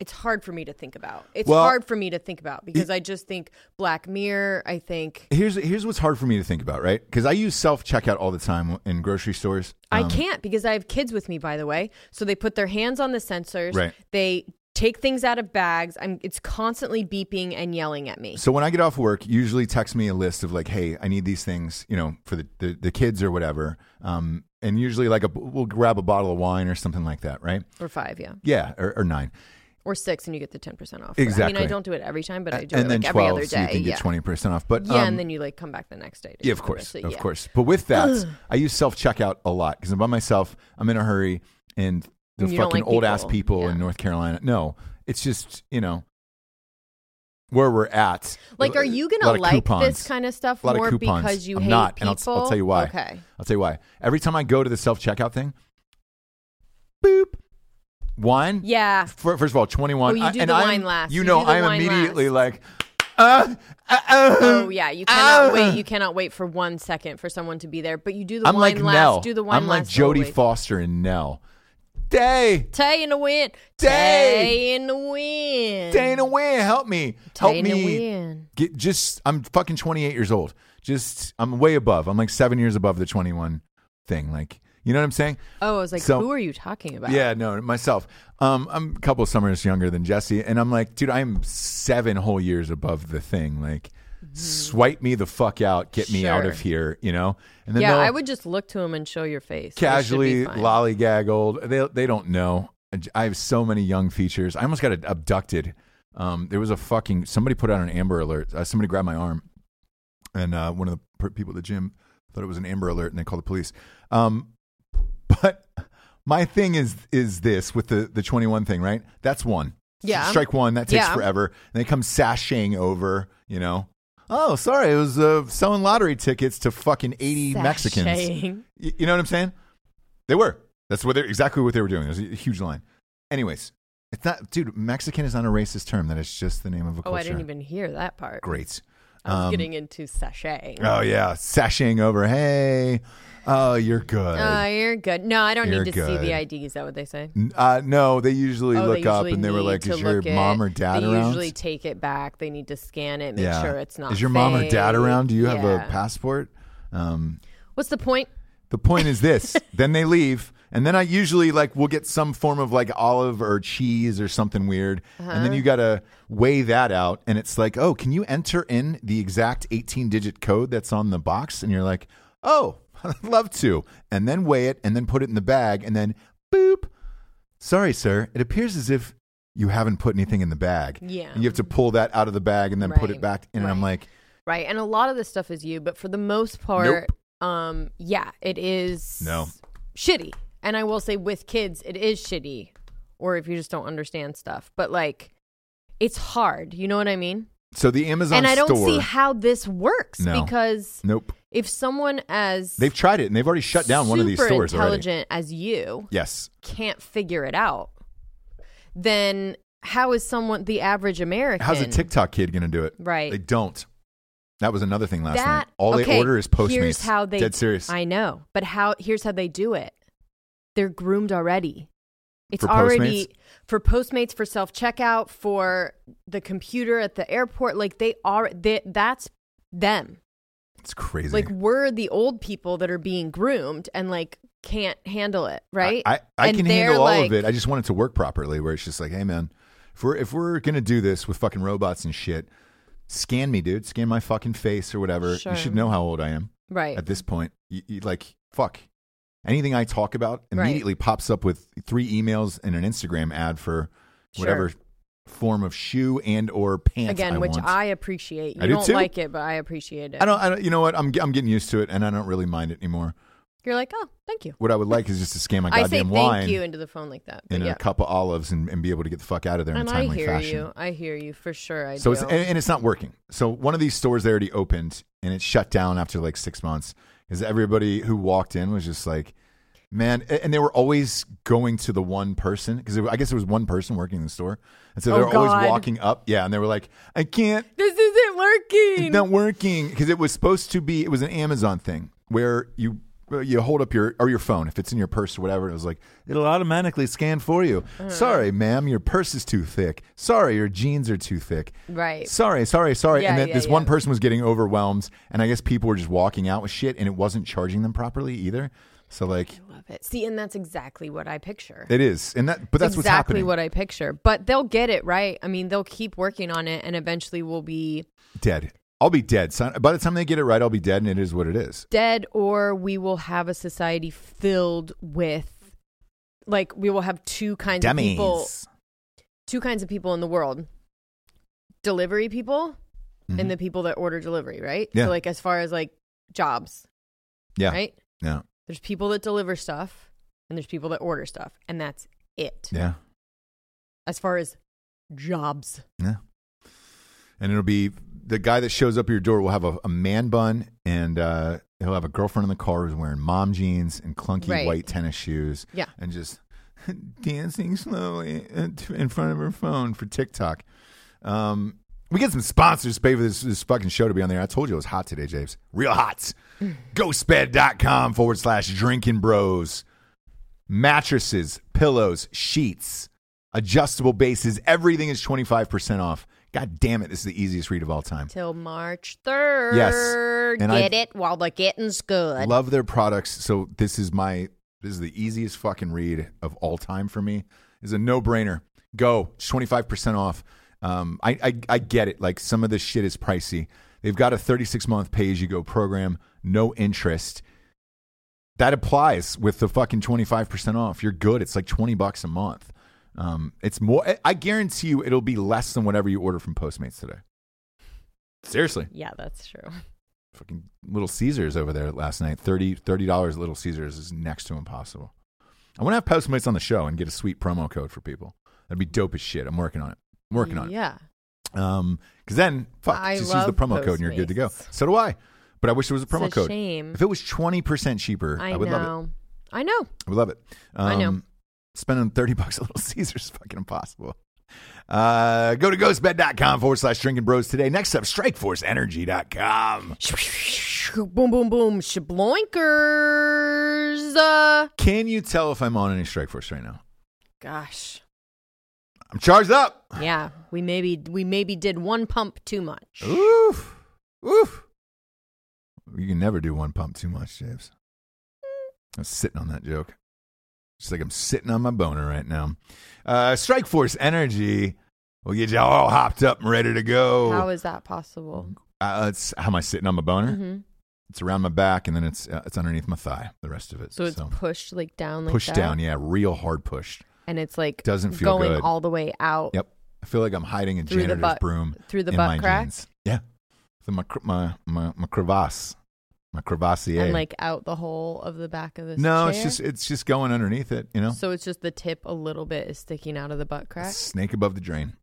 [SPEAKER 2] It's hard for me to think about. It's
[SPEAKER 1] Well-
[SPEAKER 2] hard for me to think about because I just think Black Mirror. I think
[SPEAKER 1] Here's here's what's hard for me to think about, right? Because I use self checkout all the time in grocery stores.
[SPEAKER 2] I
[SPEAKER 1] Um,
[SPEAKER 2] can't because I have kids with me, by the way. So they put their hands on the sensors.
[SPEAKER 1] Right.
[SPEAKER 2] They take things out of bags. I'm. It's constantly beeping and yelling at me.
[SPEAKER 1] So when I get off work, usually text me a list of like, hey, I need these things, you know, for the the, the kids or whatever. Um, and usually like a we'll grab a bottle of wine or something like that, right?
[SPEAKER 2] Or five, yeah,
[SPEAKER 1] Yeah, or, or nine.
[SPEAKER 2] or six, and you get the ten percent off. I mean,
[SPEAKER 1] Exactly.
[SPEAKER 2] I don't do it every time, but I do
[SPEAKER 1] and
[SPEAKER 2] it
[SPEAKER 1] then
[SPEAKER 2] like every
[SPEAKER 1] twelve,
[SPEAKER 2] other day.
[SPEAKER 1] so you can
[SPEAKER 2] yeah.
[SPEAKER 1] get twenty percent off. But
[SPEAKER 2] Yeah,
[SPEAKER 1] um,
[SPEAKER 2] and then you like come back the next day. to
[SPEAKER 1] Yeah, of
[SPEAKER 2] do
[SPEAKER 1] course,
[SPEAKER 2] it. So,
[SPEAKER 1] of
[SPEAKER 2] yeah.
[SPEAKER 1] course. But with that, I use self checkout a lot because I'm by myself. I'm in a hurry, and the
[SPEAKER 2] And you don't
[SPEAKER 1] fucking
[SPEAKER 2] like
[SPEAKER 1] old ass
[SPEAKER 2] people.
[SPEAKER 1] people
[SPEAKER 2] Yeah.
[SPEAKER 1] in North Carolina. No, it's just you know, where we're at.
[SPEAKER 2] Like, are
[SPEAKER 1] A
[SPEAKER 2] you
[SPEAKER 1] lot
[SPEAKER 2] gonna
[SPEAKER 1] of
[SPEAKER 2] like
[SPEAKER 1] coupons.
[SPEAKER 2] this kind of stuff
[SPEAKER 1] a lot
[SPEAKER 2] more
[SPEAKER 1] of coupons.
[SPEAKER 2] because you
[SPEAKER 1] I'm
[SPEAKER 2] hate
[SPEAKER 1] not,
[SPEAKER 2] people?
[SPEAKER 1] and I'll, I'll tell you why.
[SPEAKER 2] Okay.
[SPEAKER 1] I'll tell you why. Every time I go to the self checkout thing, boop, wine.
[SPEAKER 2] Yeah.
[SPEAKER 1] Fir- First of all, twenty one.
[SPEAKER 2] Oh, you do
[SPEAKER 1] and
[SPEAKER 2] the
[SPEAKER 1] I'm-
[SPEAKER 2] wine last.
[SPEAKER 1] You
[SPEAKER 2] You
[SPEAKER 1] know,
[SPEAKER 2] do the
[SPEAKER 1] I'm
[SPEAKER 2] wine
[SPEAKER 1] immediately
[SPEAKER 2] last.
[SPEAKER 1] like, uh, uh, uh,
[SPEAKER 2] Oh yeah, you cannot
[SPEAKER 1] uh.
[SPEAKER 2] wait. You cannot wait for one second for someone to be there. But you do the
[SPEAKER 1] I'm
[SPEAKER 2] wine
[SPEAKER 1] like
[SPEAKER 2] last.
[SPEAKER 1] Nell.
[SPEAKER 2] Do the wine
[SPEAKER 1] I'm
[SPEAKER 2] last.
[SPEAKER 1] like Jodie
[SPEAKER 2] always.
[SPEAKER 1] Foster and Nell. Day,
[SPEAKER 2] Tay in the wind.
[SPEAKER 1] Tay.
[SPEAKER 2] Tay in the wind.
[SPEAKER 1] day and away. Help me.
[SPEAKER 2] Tay
[SPEAKER 1] help
[SPEAKER 2] in the
[SPEAKER 1] me.
[SPEAKER 2] wind.
[SPEAKER 1] Get just. I'm fucking 28 years old. Just. I'm way above. I'm like seven years above the 21 thing. Like, you know what I'm saying?
[SPEAKER 2] Oh, I was like,
[SPEAKER 1] So-
[SPEAKER 2] who are you talking about?
[SPEAKER 1] Yeah, no, myself. Um, I'm a couple of summers younger than Jesse, and I'm like, dude, I'm seven whole years above the thing. Like, swipe me the fuck out, get me out
[SPEAKER 2] Mm-hmm. Sure.
[SPEAKER 1] of here, you know. And then
[SPEAKER 2] Yeah,
[SPEAKER 1] they'll
[SPEAKER 2] I would just look to him and show your face. This should be
[SPEAKER 1] casually
[SPEAKER 2] fine.
[SPEAKER 1] lollygag old. They they don't know. I have so many young features. I almost got abducted. Um, there was a fucking somebody put out an Amber Alert. Uh, somebody grabbed my arm, and uh, one of the per- people at the gym thought it was an Amber Alert, and they called the police. Um, but my thing is is this with the the twenty one thing, right? That's one.
[SPEAKER 2] Yeah.
[SPEAKER 1] strike one. That takes
[SPEAKER 2] Yeah.
[SPEAKER 1] forever. And they come sashaying over. You know. Oh, sorry. It was uh, selling lottery tickets to fucking eighty Mexicans.
[SPEAKER 2] Sashaying.
[SPEAKER 1] Y- You know what I'm saying? They were. That's what they're exactly what they were doing. There's a huge line. Anyways, it's not, dude. Mexican is not a racist term. That is just the name of a
[SPEAKER 2] Oh,
[SPEAKER 1] culture.
[SPEAKER 2] I didn't even hear that part.
[SPEAKER 1] Great.
[SPEAKER 2] I was
[SPEAKER 1] Um,
[SPEAKER 2] getting into sashaying.
[SPEAKER 1] Oh yeah, sashing over. Hey, oh you're good.
[SPEAKER 2] Oh, you're good. No, I don't
[SPEAKER 1] You're
[SPEAKER 2] need to
[SPEAKER 1] good.
[SPEAKER 2] see the ID. Is that what they say?
[SPEAKER 1] N- uh, no, they usually
[SPEAKER 2] oh,
[SPEAKER 1] look
[SPEAKER 2] they
[SPEAKER 1] up
[SPEAKER 2] usually
[SPEAKER 1] and they were
[SPEAKER 2] need
[SPEAKER 1] like,
[SPEAKER 2] to
[SPEAKER 1] "Is your
[SPEAKER 2] look at-
[SPEAKER 1] mom or dad
[SPEAKER 2] they
[SPEAKER 1] around?"
[SPEAKER 2] usually take it back. They need to scan it, make
[SPEAKER 1] yeah.
[SPEAKER 2] sure it's not.
[SPEAKER 1] Is your mom or dad
[SPEAKER 2] fake.
[SPEAKER 1] around? Do you have
[SPEAKER 2] Yeah.
[SPEAKER 1] a passport? Um,
[SPEAKER 2] What's the point?
[SPEAKER 1] The point is this. then they leave, and then I usually like we'll get some form of like olive or cheese or something weird, and
[SPEAKER 2] Uh-huh.
[SPEAKER 1] then you gotta weigh that out. And it's like, oh, can you enter in the exact eighteen-digit code that's on the box? And you're like, oh, I'd love to. And then weigh it, and then put it in the bag, and then boop. Sorry, sir. It appears as if you haven't put anything in the bag.
[SPEAKER 2] Yeah.
[SPEAKER 1] And you have to pull that out of the bag and then put it
[SPEAKER 2] Right.
[SPEAKER 1] back. in. And I'm
[SPEAKER 2] Right.
[SPEAKER 1] like,
[SPEAKER 2] Right. And a lot of this stuff is you, but for the most part, um, yeah, it is
[SPEAKER 1] No.
[SPEAKER 2] shitty. And I will say with kids, it is shitty. Or if you just don't understand stuff. But like it's hard. You know what I mean?
[SPEAKER 1] so the Amazon
[SPEAKER 2] and I don't
[SPEAKER 1] store.
[SPEAKER 2] see how this works
[SPEAKER 1] No.
[SPEAKER 2] because
[SPEAKER 1] nope.
[SPEAKER 2] if someone as
[SPEAKER 1] They've tried it and they've already shut down one of these
[SPEAKER 2] super
[SPEAKER 1] stores already.
[SPEAKER 2] intelligent as you
[SPEAKER 1] Yes.
[SPEAKER 2] can't figure it out, then how is someone the average American
[SPEAKER 1] How's a TikTok kid going to do it?
[SPEAKER 2] Right.
[SPEAKER 1] They don't. That was another thing last night.
[SPEAKER 2] that
[SPEAKER 1] All
[SPEAKER 2] okay,
[SPEAKER 1] they order is Postmates.
[SPEAKER 2] Here's how they
[SPEAKER 1] Dead serious.
[SPEAKER 2] I know, but how here's how they do it. They're groomed already. It's
[SPEAKER 1] For Postmates?
[SPEAKER 2] already for Postmates for self checkout for the computer at the airport. Like they are they, that's them.
[SPEAKER 1] it's crazy.
[SPEAKER 2] Like we're the old people that are being groomed and like can't handle it, right?
[SPEAKER 1] I, I, I
[SPEAKER 2] And
[SPEAKER 1] can
[SPEAKER 2] they're
[SPEAKER 1] handle all
[SPEAKER 2] like-
[SPEAKER 1] of it. I just want it to work properly. Where it's just like, hey man, if we're if we're gonna do this with fucking robots and shit, scan me, dude. Scan my fucking face or whatever.
[SPEAKER 2] Sure.
[SPEAKER 1] You should know how old I am
[SPEAKER 2] Right.
[SPEAKER 1] at this point. You, you like fuck. Anything I talk about
[SPEAKER 2] Right.
[SPEAKER 1] immediately pops up with three emails and an Instagram ad for
[SPEAKER 2] Sure.
[SPEAKER 1] whatever form of shoe and or pants.
[SPEAKER 2] Again,
[SPEAKER 1] I
[SPEAKER 2] which
[SPEAKER 1] want.
[SPEAKER 2] I appreciate. You
[SPEAKER 1] I do
[SPEAKER 2] not
[SPEAKER 1] too.
[SPEAKER 2] like it, but I appreciate it.
[SPEAKER 1] I don't, I don't. You know what? I'm I'm getting used to it, and I don't really mind it anymore.
[SPEAKER 2] You're like, oh, thank you.
[SPEAKER 1] What I would like is just to scan Oh my
[SPEAKER 2] I
[SPEAKER 1] goddamn
[SPEAKER 2] say thank
[SPEAKER 1] wine
[SPEAKER 2] you into the phone like that. But
[SPEAKER 1] in
[SPEAKER 2] yeah.
[SPEAKER 1] a cup of olives and, and be able to get the fuck out of there
[SPEAKER 2] and
[SPEAKER 1] in a
[SPEAKER 2] I
[SPEAKER 1] timely
[SPEAKER 2] hear
[SPEAKER 1] fashion.
[SPEAKER 2] you. I hear you for sure. I
[SPEAKER 1] so
[SPEAKER 2] do.
[SPEAKER 1] it's and, and it's not working. So one of these stores they already opened, and it shut down after like six months because everybody who walked in was just like, man, a- and they were always going to the one person because I guess there was one person working in the store, and so they
[SPEAKER 2] Oh,
[SPEAKER 1] were always
[SPEAKER 2] God.
[SPEAKER 1] walking up, yeah, and they were like, I can't
[SPEAKER 2] this isn't working.
[SPEAKER 1] It's not working because it was supposed to be. It was an Amazon thing where you you hold up your or your phone if it's in your purse or whatever. It was like it'll automatically scan for you.
[SPEAKER 2] Uh-huh.
[SPEAKER 1] Sorry, ma'am, your purse is too thick. Sorry, your jeans are too thick.
[SPEAKER 2] Right.
[SPEAKER 1] Sorry, sorry, sorry.
[SPEAKER 2] Yeah,
[SPEAKER 1] and then
[SPEAKER 2] yeah,
[SPEAKER 1] this one
[SPEAKER 2] yeah.
[SPEAKER 1] person was getting overwhelmed, and I guess people were just walking out with shit, and it wasn't charging them properly either. So like
[SPEAKER 2] Love it. See, and that's exactly what I picture.
[SPEAKER 1] it is, and that but that's what's
[SPEAKER 2] exactly
[SPEAKER 1] happening.
[SPEAKER 2] what I picture. But they'll get it right. I mean, they'll keep working on it, and eventually we'll be
[SPEAKER 1] dead. I'll be dead. So by the time they get it right, I'll be dead, and it is what it is.
[SPEAKER 2] dead, or we will have a society filled with, like, we will have two kinds of people,
[SPEAKER 1] Dummies.
[SPEAKER 2] two kinds of people in the world: delivery people
[SPEAKER 1] Mhm.
[SPEAKER 2] and the people that order delivery. Right.
[SPEAKER 1] Yeah.
[SPEAKER 2] So, like, as far as like jobs,
[SPEAKER 1] Yeah.
[SPEAKER 2] right?
[SPEAKER 1] Yeah.
[SPEAKER 2] There's people that deliver stuff, and there's people that order stuff, and that's it.
[SPEAKER 1] Yeah.
[SPEAKER 2] as far as jobs.
[SPEAKER 1] Yeah. and it'll be the guy that shows up at your door will have a, a man bun and uh, he'll have a girlfriend in the car who's wearing mom jeans and clunky
[SPEAKER 2] Right.
[SPEAKER 1] white tennis shoes.
[SPEAKER 2] Yeah.
[SPEAKER 1] And just dancing slowly at- in front of her phone for TikTok. Um, we get some sponsors to pay for this, this fucking show to be on there. I told you it was hot today, Japes. Real hots. Ghostbed.com forward slash drinking bros. Mattresses, pillows, sheets, adjustable bases. Everything is 25% off. God damn it. This is the easiest read of all time.
[SPEAKER 2] Till March 3rd.
[SPEAKER 1] And
[SPEAKER 2] Get
[SPEAKER 1] I-
[SPEAKER 2] it while the getting's good.
[SPEAKER 1] Love their products. So this is my this is the easiest fucking read of all time for me. Is a no brainer. Go. It's twenty five percent off. Um, I, I I get it. Like some of this shit is pricey. They've got a thirty six month pay as you go program, no interest. That applies with the fucking twenty five percent off. You're good. It's like twenty bucks a month. Um, it's more. I- I guarantee you, it'll be less than whatever you order from Postmates today. Seriously
[SPEAKER 2] yeah, that's true.
[SPEAKER 1] fucking Little Caesars over there last night. 30 dollars Little Caesars is next to impossible. I want to have Postmates on the show and get a sweet promo code for people. That'd be dope as shit. I'm working on it. I'm working on it.
[SPEAKER 2] Yeah.
[SPEAKER 1] Um, because then fuck,
[SPEAKER 2] I
[SPEAKER 1] just use the
[SPEAKER 2] love
[SPEAKER 1] promo code and you're good to go.
[SPEAKER 2] Postmates.
[SPEAKER 1] So do I. But I wish there was a
[SPEAKER 2] It's
[SPEAKER 1] promo
[SPEAKER 2] a
[SPEAKER 1] code.
[SPEAKER 2] shame.
[SPEAKER 1] If it was twenty percent cheaper, I,
[SPEAKER 2] I,
[SPEAKER 1] would
[SPEAKER 2] know.
[SPEAKER 1] love it.
[SPEAKER 2] I know.
[SPEAKER 1] I would love it. Um,
[SPEAKER 2] I know.
[SPEAKER 1] Spending thirty bucks at Little Caesars is fucking impossible. Uh, go to ghostbed.com forward slash drinking bros today. Next up, strikeforceenergy.com.
[SPEAKER 2] Boom, boom, boom. Shabloinkers. Uh,
[SPEAKER 1] Can you tell if I'm on any strike force right now?
[SPEAKER 2] gosh.
[SPEAKER 1] I'm charged up.
[SPEAKER 2] Yeah. We maybe we maybe did one pump too much.
[SPEAKER 1] Oof. Oof. You can never do one pump too much, James. I'm sitting on that joke. Just like I'm sitting on my boner right now. Uh, strike force energy will get y'all all hopped up and ready to go.
[SPEAKER 2] How is that possible?
[SPEAKER 1] uh, it's, how am I sitting on my boner?
[SPEAKER 2] hmm
[SPEAKER 1] It's around my back and then it's uh, it's underneath my thigh. The rest of it.
[SPEAKER 2] So it's pushed like down like
[SPEAKER 1] pushed
[SPEAKER 2] that,
[SPEAKER 1] down. Yeah, real hard pushed.
[SPEAKER 2] And it's like
[SPEAKER 1] Doesn't feel
[SPEAKER 2] going
[SPEAKER 1] good.
[SPEAKER 2] all the way out.
[SPEAKER 1] Yep. I feel like I'm hiding a
[SPEAKER 2] Through the
[SPEAKER 1] janitor's
[SPEAKER 2] butt-
[SPEAKER 1] broom
[SPEAKER 2] through the
[SPEAKER 1] in
[SPEAKER 2] butt
[SPEAKER 1] my
[SPEAKER 2] crack?
[SPEAKER 1] jeans. Yeah, so my cr- my my my crevasse, my crevassier.
[SPEAKER 2] And like out the hole of the back of this
[SPEAKER 1] no, it's
[SPEAKER 2] chair?
[SPEAKER 1] just it's just going underneath it. You know,
[SPEAKER 2] So it's just the tip a little bit is sticking out of the butt crack.
[SPEAKER 1] snake above the drain.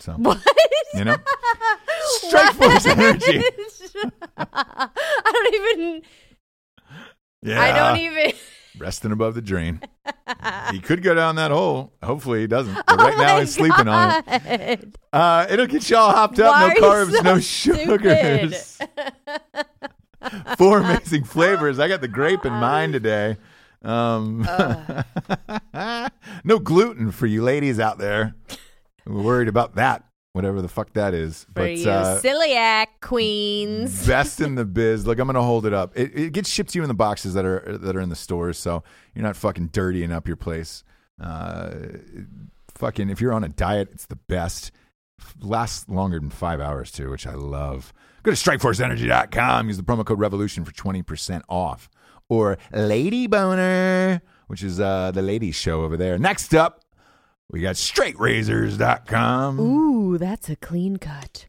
[SPEAKER 1] So
[SPEAKER 2] What?
[SPEAKER 1] You know? Strike force energy.
[SPEAKER 2] I don't even.
[SPEAKER 1] yeah,
[SPEAKER 2] I don't even.
[SPEAKER 1] resting above the drain. he could go down that hole. Hopefully he doesn't.
[SPEAKER 2] Oh
[SPEAKER 1] But right now he's sleeping on it.
[SPEAKER 2] it.
[SPEAKER 1] Uh, it'll get y'all hopped
[SPEAKER 2] Why
[SPEAKER 1] up.
[SPEAKER 2] are
[SPEAKER 1] No
[SPEAKER 2] you
[SPEAKER 1] carbs,
[SPEAKER 2] so
[SPEAKER 1] no sugars. Four amazing flavors. I got the grape in mine today. Um, no gluten for you ladies out there. We're worried about that, whatever the fuck that is.
[SPEAKER 2] For
[SPEAKER 1] but
[SPEAKER 2] you
[SPEAKER 1] uh,
[SPEAKER 2] celiac queens.
[SPEAKER 1] best in the biz. Look, I'm gonna hold it up. It, it gets shipped to you in the boxes that are that are in the stores, so you're not fucking dirtying up your place. Uh, fucking, if you're on a diet, it's the best. Lasts longer than five hours too, which I love. Go to strikeforceenergy.com. Use the promo code Revolution for twenty percent off. Or Lady Boner, which is uh, the ladies' show over there. Next up, we got straightrazors.com.
[SPEAKER 2] Ooh, that's a clean cut.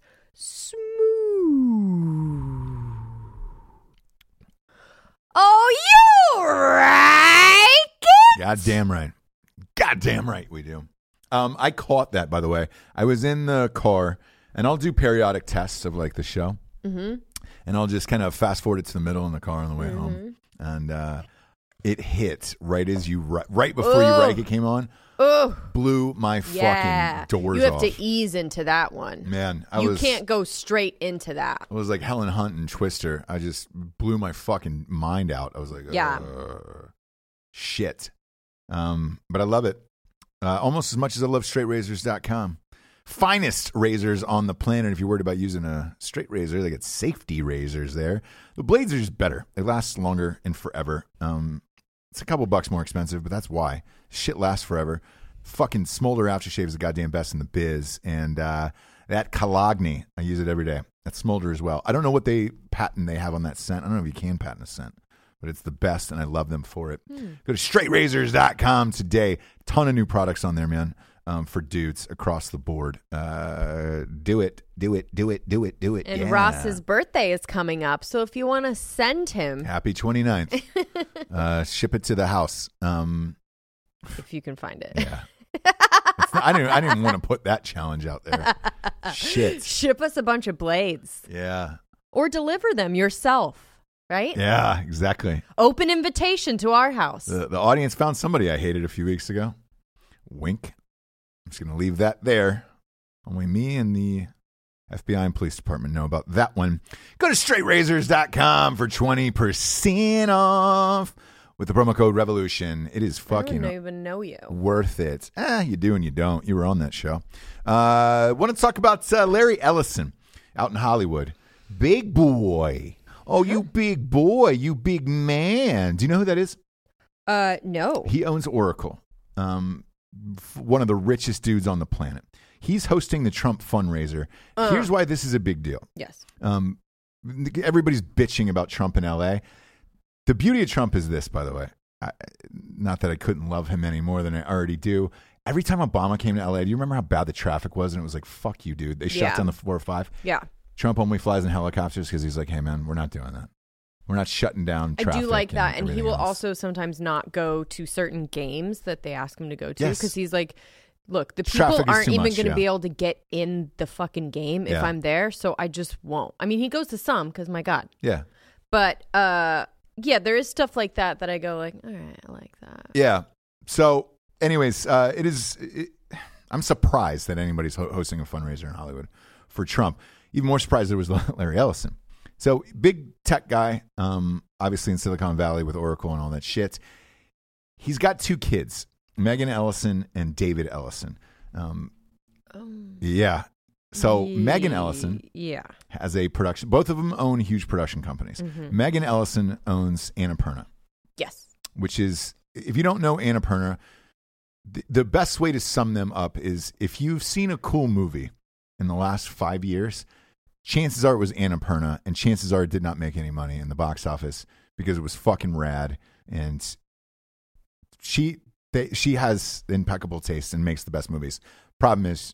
[SPEAKER 2] Smooth. Oh, you right?
[SPEAKER 1] God damn right. God damn right we do. Um, I caught that by the way. I was in the car and I'll do periodic tests of like the show.
[SPEAKER 2] Mm-hmm.
[SPEAKER 1] And I'll just kind of fast forward it to the middle in the car on the way home. And uh, it hit right as you ri- right before you
[SPEAKER 2] Ugh.
[SPEAKER 1] right it came on.
[SPEAKER 2] Oh,
[SPEAKER 1] Blew my
[SPEAKER 2] yeah.
[SPEAKER 1] fucking doors
[SPEAKER 2] you have
[SPEAKER 1] off.
[SPEAKER 2] to ease into that one.
[SPEAKER 1] Man, I
[SPEAKER 2] you
[SPEAKER 1] was
[SPEAKER 2] can't go straight into that.
[SPEAKER 1] I was like Helen Hunt and Twister. I just blew my fucking mind out. I was like,
[SPEAKER 2] Yeah.
[SPEAKER 1] "Uh, shit. Um, but I love it uh, almost as much as I love straightrazors.com. Finest razors on the planet. If you're worried about using a straight razor, they get safety razors there. The blades are just better. They last longer and forever. Um, it's a couple bucks more expensive, but that's why shit lasts forever. Fucking Smolder aftershave is the goddamn best in the biz, and uh, that Kalogny, I use it every day. That Smolder as well. I don't know what they patent they have on that scent. I don't know if you can patent a scent, but it's the best, and I love them for it. Go to straightrazors.com today. Ton of new products on there, man. Um, for dudes across the board, uh, do it, do it, do it, do it, do it.
[SPEAKER 2] And
[SPEAKER 1] yeah.
[SPEAKER 2] Ross's birthday is coming up, so if you want to send him,
[SPEAKER 1] happy 29th. uh, ship it to the house. Um,
[SPEAKER 2] if you can find it,
[SPEAKER 1] Yeah. I didn't. I didn't want to put that challenge out there. Shit.
[SPEAKER 2] Ship us a bunch of blades
[SPEAKER 1] Yeah.
[SPEAKER 2] or deliver them yourself, right?
[SPEAKER 1] Yeah. Exactly.
[SPEAKER 2] Open invitation to our house.
[SPEAKER 1] The the audience found somebody I hated a few weeks ago. Wink. I'm just gonna leave that there. Only me and the FBI and police department know about that one. Go to straightrazors.com for twenty percent off with the promo code Revolution. It is
[SPEAKER 2] I don't
[SPEAKER 1] fucking
[SPEAKER 2] even know you.
[SPEAKER 1] worth it. Eh, you do and you don't. You were on that show. Uh, want to talk about uh, Larry Ellison out in Hollywood. Big boy. Oh, you big boy. You big man. Do you know who that is?
[SPEAKER 2] Uh, no.
[SPEAKER 1] He owns Oracle, um, f- one of the richest dudes on the planet. He's hosting the Trump fundraiser. Here's why this is a big deal.
[SPEAKER 2] Yes.
[SPEAKER 1] Um, everybody's bitching about Trump in LA. The beauty of Trump is this, by the way. I, not that I couldn't love him any more than I already do. Every time Obama came to LA, do you remember how bad the traffic was? And it was like, fuck you, dude. They shut
[SPEAKER 2] Yeah.
[SPEAKER 1] down the four or five.
[SPEAKER 2] Yeah.
[SPEAKER 1] Trump only flies in helicopters because he's like, hey, man, we're not doing that. We're not shutting down
[SPEAKER 2] I
[SPEAKER 1] traffic.
[SPEAKER 2] do like that. And he
[SPEAKER 1] everything
[SPEAKER 2] will
[SPEAKER 1] else."
[SPEAKER 2] also sometimes not go to certain games that they ask him to go to
[SPEAKER 1] Yes.
[SPEAKER 2] because he's like, look, the people
[SPEAKER 1] Traffic is
[SPEAKER 2] aren't
[SPEAKER 1] too
[SPEAKER 2] even
[SPEAKER 1] much,
[SPEAKER 2] going to
[SPEAKER 1] yeah.
[SPEAKER 2] be able to get in the fucking game if
[SPEAKER 1] Yeah.
[SPEAKER 2] I'm there. So I just won't. I mean, he goes to some because my God.
[SPEAKER 1] Yeah.
[SPEAKER 2] But uh, yeah, there is stuff like that that I go like, all right, I like that.
[SPEAKER 1] Yeah. So, anyways, uh, it is. It, I'm surprised that anybody's ho- hosting a fundraiser in Hollywood for Trump. Even more surprised it was Larry Ellison. So, big tech guy, um, obviously in Silicon Valley with Oracle and all that shit. He's got two kids, Megan Ellison and David Ellison. Um, yeah. So, Megan Ellison
[SPEAKER 2] Oh, Yeah.
[SPEAKER 1] has a production. Both of them own huge production companies. Megan Ellison owns Annapurna
[SPEAKER 2] Yes.
[SPEAKER 1] which is if you don't know Annapurna, the, the best way to sum them up is if you've seen a cool movie in the last five years, chances are it was Annapurna, and chances are it did not make any money in the box office because it was fucking rad. And she they, she has impeccable taste and makes the best movies. Problem is,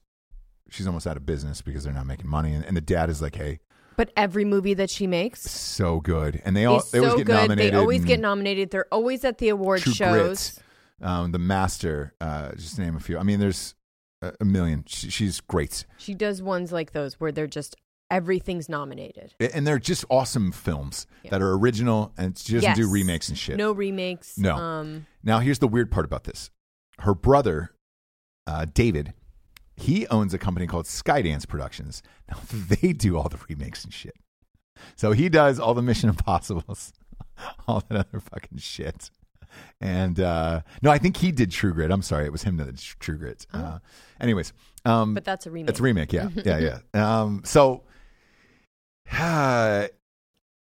[SPEAKER 1] she's almost out of business because they're not making money, and, and the dad is like, "Hey,
[SPEAKER 2] But every movie that she makes
[SPEAKER 1] so good," and they all
[SPEAKER 2] is
[SPEAKER 1] they always
[SPEAKER 2] so
[SPEAKER 1] get
[SPEAKER 2] good.
[SPEAKER 1] nominated.
[SPEAKER 2] They always
[SPEAKER 1] and-
[SPEAKER 2] get nominated. They're always at the award
[SPEAKER 1] True
[SPEAKER 2] shows.
[SPEAKER 1] Grit, um, The Master, uh, just to name a few. I mean, there's a, a million. She, she's great,
[SPEAKER 2] She does ones like those where they're just everything's nominated.
[SPEAKER 1] A- and they're just awesome films that are original, and she doesn't do
[SPEAKER 2] Yes.
[SPEAKER 1] remakes and shit.
[SPEAKER 2] No remakes.
[SPEAKER 1] No.
[SPEAKER 2] Um,
[SPEAKER 1] Now, here's the weird part about this: her brother, uh, David. He owns a company called Skydance Productions. Now they do all the remakes and shit. So he does all the Mission Impossibles, all that other fucking shit. And uh, no, I think he did True Grit. I'm sorry, it was him that did True Grit. Uh, anyways, um,
[SPEAKER 2] Oh. but that's a remake.
[SPEAKER 1] it's a remake, yeah, yeah, yeah. Um, so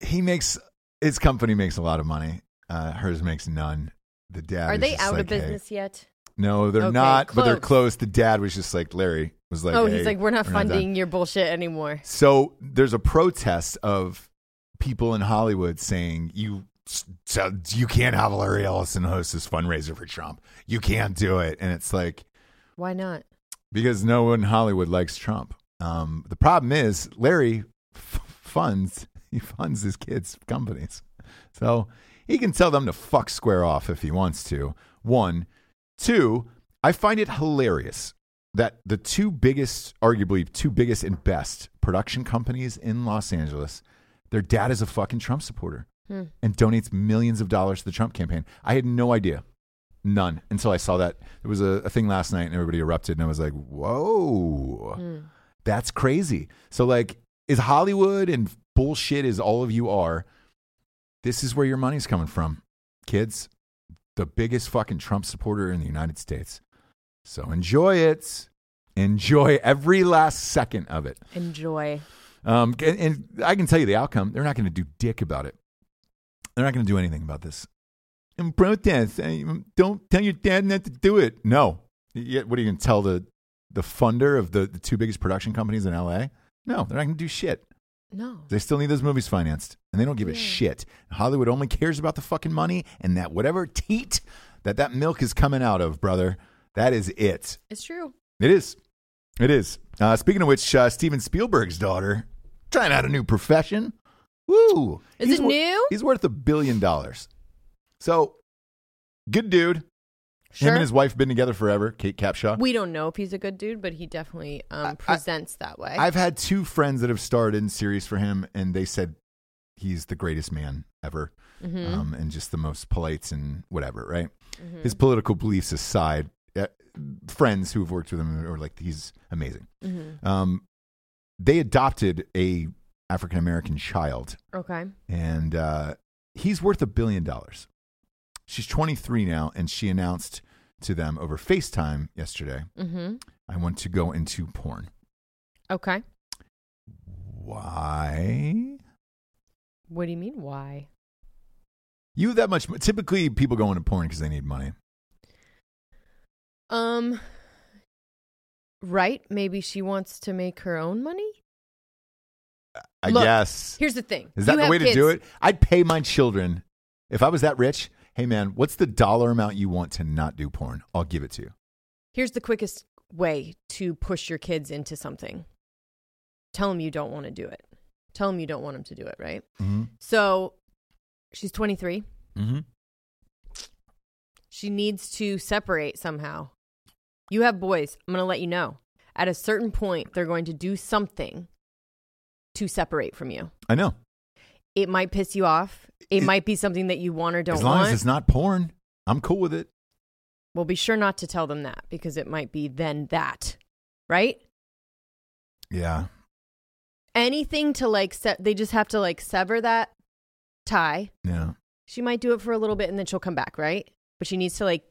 [SPEAKER 1] he makes his company makes a lot of money. Uh, hers makes none. The dad
[SPEAKER 2] Are
[SPEAKER 1] is
[SPEAKER 2] they
[SPEAKER 1] just
[SPEAKER 2] out
[SPEAKER 1] like,
[SPEAKER 2] of
[SPEAKER 1] "Hey."
[SPEAKER 2] business yet?
[SPEAKER 1] No, they're
[SPEAKER 2] Okay,
[SPEAKER 1] not. But they're close.
[SPEAKER 2] close.
[SPEAKER 1] The dad was just like Larry was like,
[SPEAKER 2] oh,
[SPEAKER 1] "Hey,
[SPEAKER 2] he's like, we're not
[SPEAKER 1] done."
[SPEAKER 2] funding your bullshit anymore.
[SPEAKER 1] So there's a protest of people in Hollywood saying you so you can't have Larry Ellison host this fundraiser for Trump. You can't do it. And it's like
[SPEAKER 2] Why not?
[SPEAKER 1] because no one in Hollywood likes Trump. Um, the problem is Larry f- funds he funds his kids' companies, so he can tell them to fuck square off if he wants to. One, two, I find it hilarious that the two biggest, arguably two biggest and best production companies in Los Angeles, their dad is a fucking Trump supporter and donates millions of dollars to the Trump campaign. I had no idea. None until I saw that. It was a, a thing last night and everybody erupted and I was like, whoa, that's crazy. So, like, as Hollywood and bullshit as all of you are, this is where your money's coming from, kids. The biggest fucking Trump supporter in the United States. So enjoy it. Enjoy every last second of it.
[SPEAKER 2] Enjoy.
[SPEAKER 1] Um, and, and I can tell you the outcome. They're not going to do dick about it. They're not going to do anything about this. And protest. eh, Don't tell your dad not to do it. No. Yet, what are you going to tell the the funder of the, the two biggest production companies in L.A.? No, they're not going to do shit.
[SPEAKER 2] No.
[SPEAKER 1] They still need those movies financed, and they don't give a
[SPEAKER 2] Yeah.
[SPEAKER 1] shit. Hollywood only cares about the fucking money and that whatever teat that that milk is coming out of, brother. That is it.
[SPEAKER 2] It's true.
[SPEAKER 1] It is. It is. Uh, speaking of which, uh, Steven Spielberg's daughter trying out a new profession. Woo!
[SPEAKER 2] Is it
[SPEAKER 1] wor-
[SPEAKER 2] new?
[SPEAKER 1] he's worth a billion dollars. So, good dude.
[SPEAKER 2] Sure.
[SPEAKER 1] Him and his wife been together forever. Kate Capshaw.
[SPEAKER 2] We don't know if he's a good dude, but he definitely um, presents that way.
[SPEAKER 1] I've had two friends that have starred in series for him, and they said he's the greatest man ever, um, and just the most polite and whatever. Right? His political beliefs aside, uh, friends who have worked with him are like, he's amazing. Um, they adopted a African American child
[SPEAKER 2] okay.
[SPEAKER 1] and uh, he's worth a billion dollars. She's 23 now, and she announced to them over FaceTime yesterday,
[SPEAKER 2] Mm-hmm.
[SPEAKER 1] "I want to go into porn."
[SPEAKER 2] Okay.
[SPEAKER 1] Why?
[SPEAKER 2] What do you mean? Why?
[SPEAKER 1] You have that much? mo- Typically, people go into porn because they need money.
[SPEAKER 2] Um. Right? Maybe she wants to make her own money.
[SPEAKER 1] I
[SPEAKER 2] Look,
[SPEAKER 1] guess
[SPEAKER 2] Here's the thing.
[SPEAKER 1] is that
[SPEAKER 2] You
[SPEAKER 1] the
[SPEAKER 2] have
[SPEAKER 1] way to do
[SPEAKER 2] kids.
[SPEAKER 1] it? I'd pay my children if I was that rich. Hey man, what's the dollar amount you want to not do porn? I'll give it to you.
[SPEAKER 2] Here's the quickest way to push your kids into something. Tell them you don't want to do it. Tell them you don't want them to do it. Right.
[SPEAKER 1] Mm-hmm.
[SPEAKER 2] So, she's 23.
[SPEAKER 1] Mm-hmm.
[SPEAKER 2] She needs to separate somehow. You have boys. I'm going to let you know. At a certain point, they're going to do something to separate from you.
[SPEAKER 1] I know.
[SPEAKER 2] It might piss you off.
[SPEAKER 1] It-
[SPEAKER 2] It might be something that you want or don't
[SPEAKER 1] as long
[SPEAKER 2] want.
[SPEAKER 1] as it's not porn, I'm cool with it.
[SPEAKER 2] well, be sure not to tell them that because it might be then that, right?
[SPEAKER 1] Yeah.
[SPEAKER 2] Anything to like, se- they just have to like sever that tie.
[SPEAKER 1] Yeah.
[SPEAKER 2] She might do it for a little bit and then she'll come back, right? But she needs to like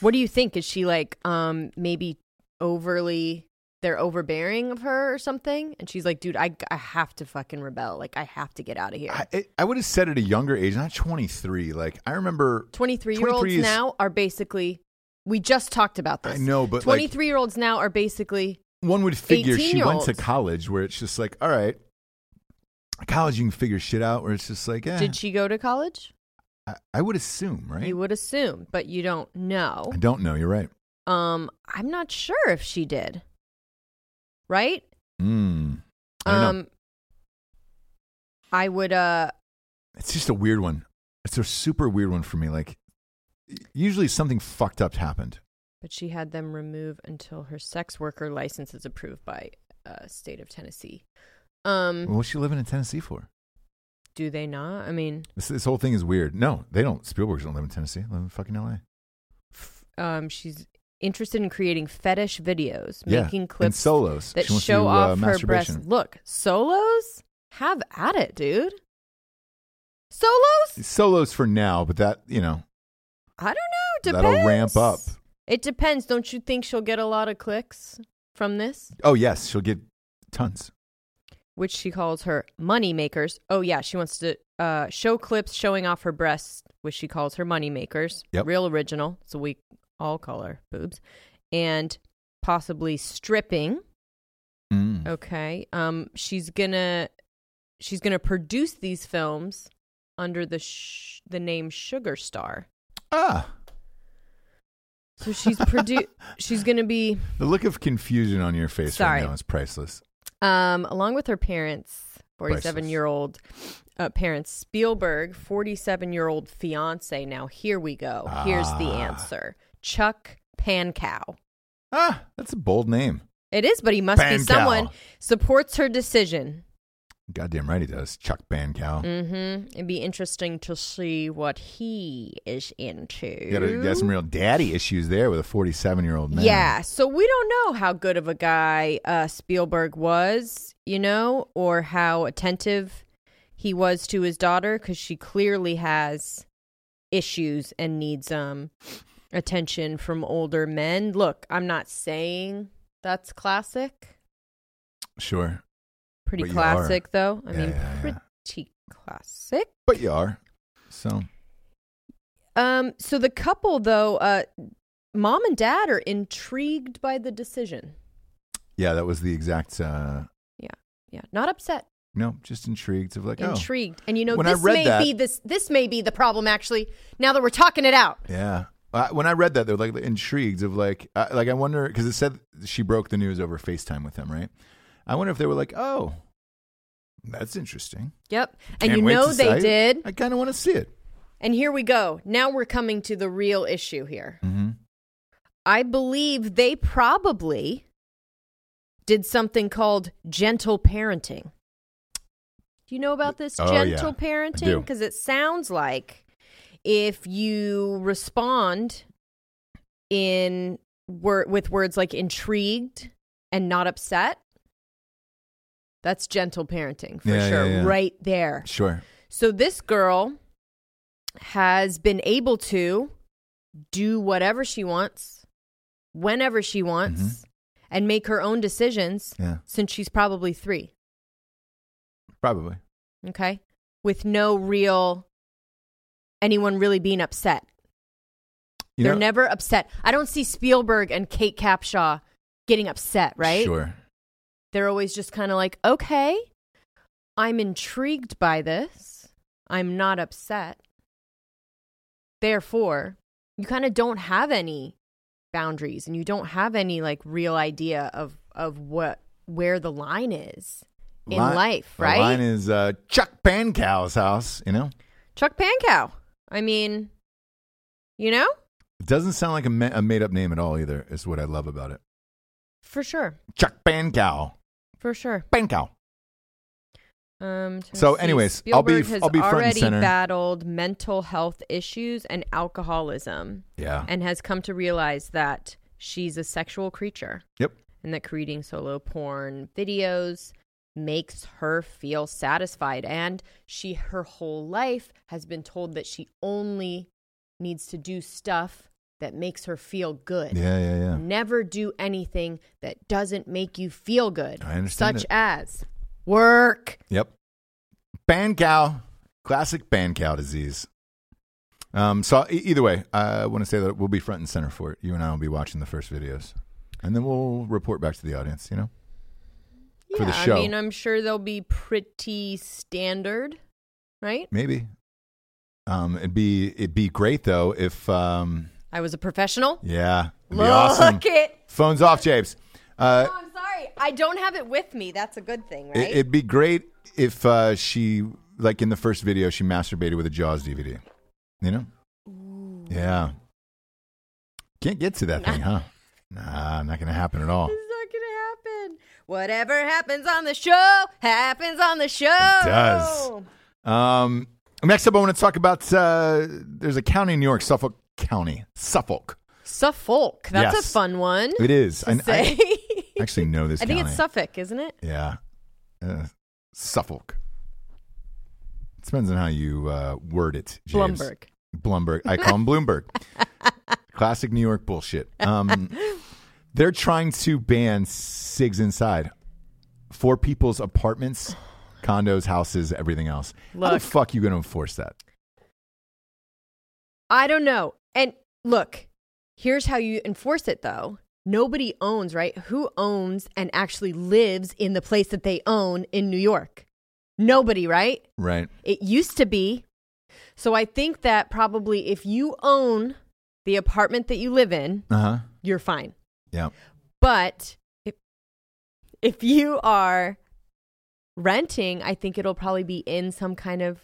[SPEAKER 2] What do you think? Is she like um maybe overly they're overbearing of her or something? And she's like, dude, I I have to fucking rebel. Like I have to get out of here.
[SPEAKER 1] I, it- I would have said at a younger age, not 23. Like I remember,
[SPEAKER 2] 23 year olds
[SPEAKER 1] 23 is-
[SPEAKER 2] now are basically we just talked about this.
[SPEAKER 1] I know, but, like-
[SPEAKER 2] 23 year olds now are basically
[SPEAKER 1] one would figure she went to
[SPEAKER 2] 18-year-olds.
[SPEAKER 1] college, where it's just like, all right, college you can figure shit out. Where it's just like, eh,
[SPEAKER 2] did she go to college?
[SPEAKER 1] I, I would assume, right?
[SPEAKER 2] You would assume, but you don't know.
[SPEAKER 1] I don't know. You're right.
[SPEAKER 2] Um I'm not sure if she did. Right?
[SPEAKER 1] Mm. I don't
[SPEAKER 2] Um,
[SPEAKER 1] know.
[SPEAKER 2] I would uh
[SPEAKER 1] It's just a weird one. It's a super weird one for me. Like usually something fucked up happened.
[SPEAKER 2] but she had them remove until her sex worker license is approved by uh, state of Tennessee. Um,
[SPEAKER 1] What's she living in Tennessee for?
[SPEAKER 2] do they not? I mean,
[SPEAKER 1] This, this whole thing is weird. No, they don't. Spielbergs don't live in Tennessee. They live in fucking L.A.
[SPEAKER 2] f- um, she's interested in creating fetish videos,
[SPEAKER 1] Yeah,
[SPEAKER 2] making
[SPEAKER 1] and
[SPEAKER 2] clips
[SPEAKER 1] solos.
[SPEAKER 2] that
[SPEAKER 1] She wants to
[SPEAKER 2] show
[SPEAKER 1] do, uh,
[SPEAKER 2] off her
[SPEAKER 1] masturbation.
[SPEAKER 2] breasts. Look, solos. Have at it, dude. Solos?
[SPEAKER 1] Solos for now, but that you know
[SPEAKER 2] I don't know. Depends.
[SPEAKER 1] That'll ramp up.
[SPEAKER 2] It depends. Don't you think she'll get a lot of clicks from this?
[SPEAKER 1] Oh yes, she'll get tons.
[SPEAKER 2] which she calls her money makers. Oh yeah, she wants to uh, show clips showing off her breasts, which she calls her money makers.
[SPEAKER 1] Yep.
[SPEAKER 2] Real original. So we all call her boobs, and possibly stripping.
[SPEAKER 1] Mm.
[SPEAKER 2] Okay. Um, she's gonna she's gonna produce these films under the sh- the name Sugar Star.
[SPEAKER 1] Ah,
[SPEAKER 2] So she's produ- she's gonna be
[SPEAKER 1] the look of confusion on your face
[SPEAKER 2] Sorry.
[SPEAKER 1] right now is priceless.
[SPEAKER 2] Um, along with her parents, 47
[SPEAKER 1] Priceless.
[SPEAKER 2] year old uh, parents, Spielberg, 47 year old fiance. Now, here we go. Here's the
[SPEAKER 1] Ah.
[SPEAKER 2] answer Chuck Pancow.
[SPEAKER 1] Ah, that's a bold name.
[SPEAKER 2] It is, but he must be
[SPEAKER 1] Pankow.
[SPEAKER 2] someone supports her decision.
[SPEAKER 1] Goddamn right he does. Chuck Bancow.
[SPEAKER 2] hmm It'd be interesting to see what he is into.
[SPEAKER 1] You gotta you got some real daddy issues there with a 47 year old Oh, man.
[SPEAKER 2] Yeah, so we don't know how good of a guy uh, Spielberg was, you know, or how attentive he was to his daughter because she clearly has issues and needs um attention from older men. Look, I'm not saying that's classic.
[SPEAKER 1] Sure.
[SPEAKER 2] Pretty
[SPEAKER 1] But you are.
[SPEAKER 2] classic, though. I
[SPEAKER 1] Yeah,
[SPEAKER 2] mean,
[SPEAKER 1] yeah, yeah.
[SPEAKER 2] pretty classic.
[SPEAKER 1] But you are. So,
[SPEAKER 2] Um, so the couple, though, uh, mom and dad are intrigued by the decision.
[SPEAKER 1] yeah, that was the exact, uh,
[SPEAKER 2] Yeah, not upset.
[SPEAKER 1] no, just intrigued of like, oh,
[SPEAKER 2] intrigued. And you know,
[SPEAKER 1] When I
[SPEAKER 2] this
[SPEAKER 1] read
[SPEAKER 2] may
[SPEAKER 1] that-
[SPEAKER 2] be this this may be the problem actually. Now that we're talking it out,
[SPEAKER 1] oh, yeah. I, when I read that, they're like intrigued of like, I like I wonder, because it said she broke the news over FaceTime with him, right? I wonder if they were like, oh, that's interesting.
[SPEAKER 2] yep. And
[SPEAKER 1] Can't
[SPEAKER 2] you
[SPEAKER 1] wait
[SPEAKER 2] know
[SPEAKER 1] to
[SPEAKER 2] they
[SPEAKER 1] see- I-
[SPEAKER 2] did
[SPEAKER 1] I kind of want to see it.
[SPEAKER 2] And here we go. Now we're coming to the real issue here.
[SPEAKER 1] Mm-hmm.
[SPEAKER 2] I believe they probably did something called gentle parenting. Do you know about this
[SPEAKER 1] Oh, yeah.
[SPEAKER 2] gentle
[SPEAKER 1] I
[SPEAKER 2] parenting?
[SPEAKER 1] do.
[SPEAKER 2] Because it sounds like if you respond in wor- with words like intrigued and not upset, that's gentle parenting for
[SPEAKER 1] Yeah, yeah,
[SPEAKER 2] sure,
[SPEAKER 1] yeah.
[SPEAKER 2] right there.
[SPEAKER 1] Sure.
[SPEAKER 2] So this girl has been able to do whatever she wants, whenever she wants,
[SPEAKER 1] Mm-hmm.
[SPEAKER 2] and make her own decisions
[SPEAKER 1] Yeah.
[SPEAKER 2] since she's probably three.
[SPEAKER 1] Probably.
[SPEAKER 2] Okay. With no real anyone really being upset.
[SPEAKER 1] You
[SPEAKER 2] They're
[SPEAKER 1] know-
[SPEAKER 2] never upset. I don't see Spielberg and Kate Capshaw getting upset, right?
[SPEAKER 1] Sure.
[SPEAKER 2] They're always just kind of like, okay, I'm intrigued by this. I'm not upset. Therefore, you kind of don't have any boundaries and you don't have any like real idea of of what where the line is in
[SPEAKER 1] Li-
[SPEAKER 2] life,
[SPEAKER 1] the
[SPEAKER 2] right?
[SPEAKER 1] Line is uh, Chuck Pancow's house. You know,
[SPEAKER 2] Chuck Pankow. I mean, you know?
[SPEAKER 1] it doesn't sound like a, ma- a made-up name at all either. Is what I love about it.
[SPEAKER 2] For sure.
[SPEAKER 1] Chuck Pancow.
[SPEAKER 2] For sure.
[SPEAKER 1] Pancow.
[SPEAKER 2] Um, trying
[SPEAKER 1] So
[SPEAKER 2] to see.
[SPEAKER 1] anyways, I'll be-
[SPEAKER 2] Spielberg has
[SPEAKER 1] I'll be front and
[SPEAKER 2] already
[SPEAKER 1] center.
[SPEAKER 2] battled mental health issues and alcoholism,
[SPEAKER 1] Yeah.
[SPEAKER 2] and has come to realize that she's a sexual creature,
[SPEAKER 1] Yep.
[SPEAKER 2] and that creating solo porn videos makes her feel satisfied. And she, her whole life, has been told that she only needs to do stuff that makes her feel good.
[SPEAKER 1] Yeah. Yeah. Yeah.
[SPEAKER 2] Never do anything that doesn't make you feel good.
[SPEAKER 1] I understand
[SPEAKER 2] Such
[SPEAKER 1] it.
[SPEAKER 2] as work.
[SPEAKER 1] Yep. Bancow, classic Bancow disease. Um, so e- either way, I want to say that we'll be front and center for it. You and I will be watching the first videos, and then we'll report back to the audience. You know, for the show.
[SPEAKER 2] I mean, I'm sure they'll be pretty standard, right?
[SPEAKER 1] maybe. Um, it'd be it'd be great though if um,
[SPEAKER 2] I was a professional.
[SPEAKER 1] yeah, it'd be
[SPEAKER 2] Look
[SPEAKER 1] awesome.
[SPEAKER 2] it.
[SPEAKER 1] Phones off, Japes. Uh,
[SPEAKER 2] Oh, I'm sorry. I don't have it with me. That's a good thing, right?
[SPEAKER 1] it, it'd be great if uh, she like in the first video she masturbated with a Jaws DVD. You know? Yeah. Can't get to that thing, huh? Nah, not gonna happen at all.
[SPEAKER 2] This is not gonna happen. Whatever happens on the show happens on the show.
[SPEAKER 1] does. Um, next up, I want to talk about uh, there's a county in New York, Suffolk County, Suffolk.
[SPEAKER 2] Suffolk. That's
[SPEAKER 1] Yes.
[SPEAKER 2] a fun one.
[SPEAKER 1] It is.
[SPEAKER 2] To
[SPEAKER 1] I,
[SPEAKER 2] say.
[SPEAKER 1] I actually know this
[SPEAKER 2] I think
[SPEAKER 1] county.
[SPEAKER 2] it's Suffolk, isn't it?
[SPEAKER 1] Yeah. Uh, Suffolk. Depends on how you uh, word it. James.
[SPEAKER 2] Blumberg.
[SPEAKER 1] Bloomberg. I call him Bloomberg. Classic New York bullshit. Um, they're trying to ban SIGs inside for people's apartments, condos, houses, everything else. How the
[SPEAKER 2] Look.
[SPEAKER 1] fuck you going to enforce that?
[SPEAKER 2] I don't know. And look, here's how you enforce it though. Nobody owns, right? Who owns and actually lives in the place that they own in New York? Nobody, right?
[SPEAKER 1] Right.
[SPEAKER 2] It used to be. So I think that probably if you own the apartment that you live in,
[SPEAKER 1] Uh huh.
[SPEAKER 2] you're fine.
[SPEAKER 1] Yeah.
[SPEAKER 2] But if, if you are renting, I think it'll probably be in some kind of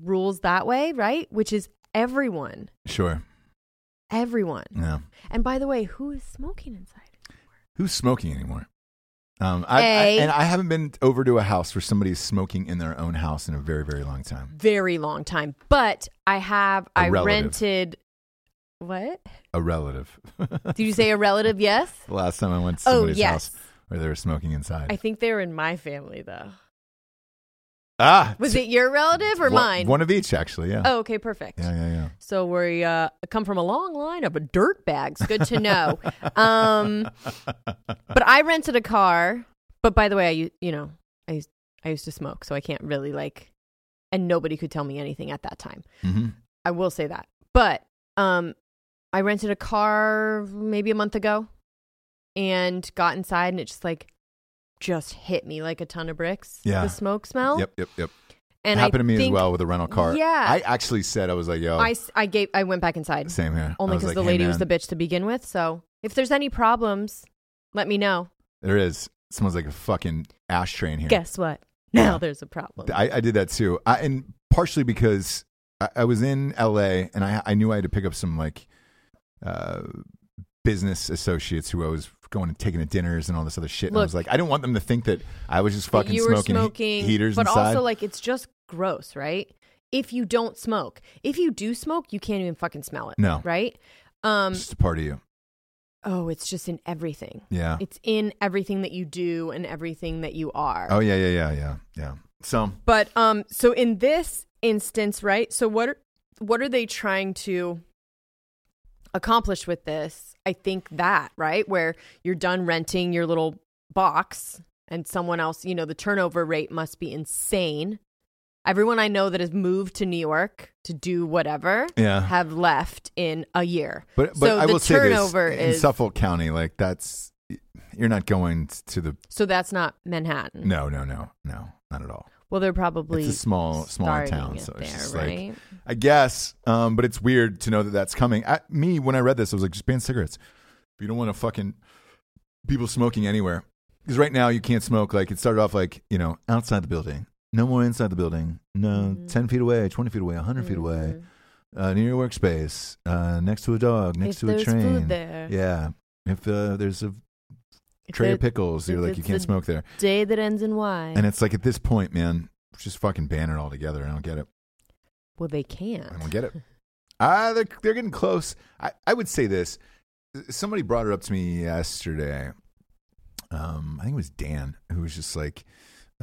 [SPEAKER 2] rules that way, right? Which is everyone,
[SPEAKER 1] Sure.
[SPEAKER 2] everyone.
[SPEAKER 1] Yeah.
[SPEAKER 2] And by the way, who is smoking inside?
[SPEAKER 1] Who's smoking anymore? Um, I, I-
[SPEAKER 2] A.
[SPEAKER 1] and I haven't been over to a house where somebody's smoking in their own house in a very, very long time.
[SPEAKER 2] Very long time. But I have,
[SPEAKER 1] A
[SPEAKER 2] I
[SPEAKER 1] relative.
[SPEAKER 2] rented. What?
[SPEAKER 1] A relative. the
[SPEAKER 2] Did you say a relative? Yes.
[SPEAKER 1] last time I went to
[SPEAKER 2] Oh,
[SPEAKER 1] somebody's
[SPEAKER 2] yes.
[SPEAKER 1] house where they were smoking inside.
[SPEAKER 2] I think they were in my family, though.
[SPEAKER 1] ah,
[SPEAKER 2] Was it your relative or
[SPEAKER 1] One-
[SPEAKER 2] mine?
[SPEAKER 1] One of each, actually. Yeah.
[SPEAKER 2] Oh, okay, perfect.
[SPEAKER 1] Yeah, yeah, yeah.
[SPEAKER 2] So we uh, come from a long line of dirt bags. Good to know. um, but I rented a car. But by the way, I u- you know I used, I used to smoke, so I can't really like, and nobody could tell me anything at that time.
[SPEAKER 1] hmm
[SPEAKER 2] I will say that. But um, I rented a car maybe a month ago, and got inside, and it just like just hit me like a ton of bricks.
[SPEAKER 1] Yeah.
[SPEAKER 2] the smoke smell.
[SPEAKER 1] Yep, yep, yep.
[SPEAKER 2] and I
[SPEAKER 1] Happened to me as
[SPEAKER 2] think
[SPEAKER 1] well with a rental car.
[SPEAKER 2] Yeah.
[SPEAKER 1] I actually said I was like, yo,
[SPEAKER 2] I, s- I gave I went back inside.
[SPEAKER 1] same here. I
[SPEAKER 2] Only
[SPEAKER 1] was
[SPEAKER 2] because
[SPEAKER 1] like,
[SPEAKER 2] the
[SPEAKER 1] hey,
[SPEAKER 2] lady was the
[SPEAKER 1] man,
[SPEAKER 2] bitch to begin with. So if there's any problems, let me know.
[SPEAKER 1] There is. Someone's like a fucking ashtray in here.
[SPEAKER 2] Guess what? Now there's a problem.
[SPEAKER 1] I, I did that too. I, and partially because I, I was in LA and I I knew I had to pick up some like uh, business associates who I was going and taking to dinners and all this other shit. and I was
[SPEAKER 2] Look.
[SPEAKER 1] like, I don't want them to think that I was just fucking
[SPEAKER 2] you were
[SPEAKER 1] smoking, he-
[SPEAKER 2] smoking
[SPEAKER 1] heaters
[SPEAKER 2] but
[SPEAKER 1] inside.
[SPEAKER 2] also like it's just gross, right? If you don't smoke, if you do smoke, you can't even fucking smell it.
[SPEAKER 1] No.
[SPEAKER 2] right? Um.
[SPEAKER 1] just a part of you.
[SPEAKER 2] Oh, it's just in everything.
[SPEAKER 1] Yeah.
[SPEAKER 2] It's in everything that you do and everything that you are.
[SPEAKER 1] Oh yeah, yeah, yeah, yeah, yeah. So
[SPEAKER 2] But um, so in this instance, right? So what are, what are they trying to accomplish with this? I think that right where you're done renting your little box and someone else, you know, the turnover rate must be insane. Everyone I know that has moved to New York to do whatever
[SPEAKER 1] Yeah.
[SPEAKER 2] have left in a year.
[SPEAKER 1] But but
[SPEAKER 2] so
[SPEAKER 1] I
[SPEAKER 2] the
[SPEAKER 1] will
[SPEAKER 2] turnover
[SPEAKER 1] say this, in
[SPEAKER 2] is
[SPEAKER 1] Suffolk County, like that's you're not going to the
[SPEAKER 2] so that's not Manhattan.
[SPEAKER 1] no no no no not at all.
[SPEAKER 2] Mm. Well, they're probably
[SPEAKER 1] It's a small small
[SPEAKER 2] starting
[SPEAKER 1] town,
[SPEAKER 2] it
[SPEAKER 1] so it's
[SPEAKER 2] there,
[SPEAKER 1] just
[SPEAKER 2] right?
[SPEAKER 1] like I guess. Um, but it's weird to know that that's coming. I, me when I read this, I was like, just ban cigarettes. You don't want to fucking people smoking anywhere because right now you can't smoke. Like it started off like you know outside the building, no more inside the building. No,
[SPEAKER 2] Mhm.
[SPEAKER 1] ten feet away, twenty feet away, 100 feet away.
[SPEAKER 2] Mhm.
[SPEAKER 1] uh, near your workspace, uh, next to a dog, next
[SPEAKER 2] if
[SPEAKER 1] to a
[SPEAKER 2] there's
[SPEAKER 1] train.
[SPEAKER 2] food there.
[SPEAKER 1] Yeah. If uh, there's a
[SPEAKER 2] If
[SPEAKER 1] tray of
[SPEAKER 2] the
[SPEAKER 1] pickles, you're
[SPEAKER 2] if
[SPEAKER 1] like, you
[SPEAKER 2] it's
[SPEAKER 1] can't
[SPEAKER 2] the-
[SPEAKER 1] smoke there.
[SPEAKER 2] day that ends in Y.
[SPEAKER 1] And it's like at this point, man, just fucking ban it all together. I don't get it.
[SPEAKER 2] well, they can't.
[SPEAKER 1] I don't get it. Ah, they're, they're getting close. I, I would say this. Somebody brought it up to me yesterday. Um, I think it was Dan who was just like,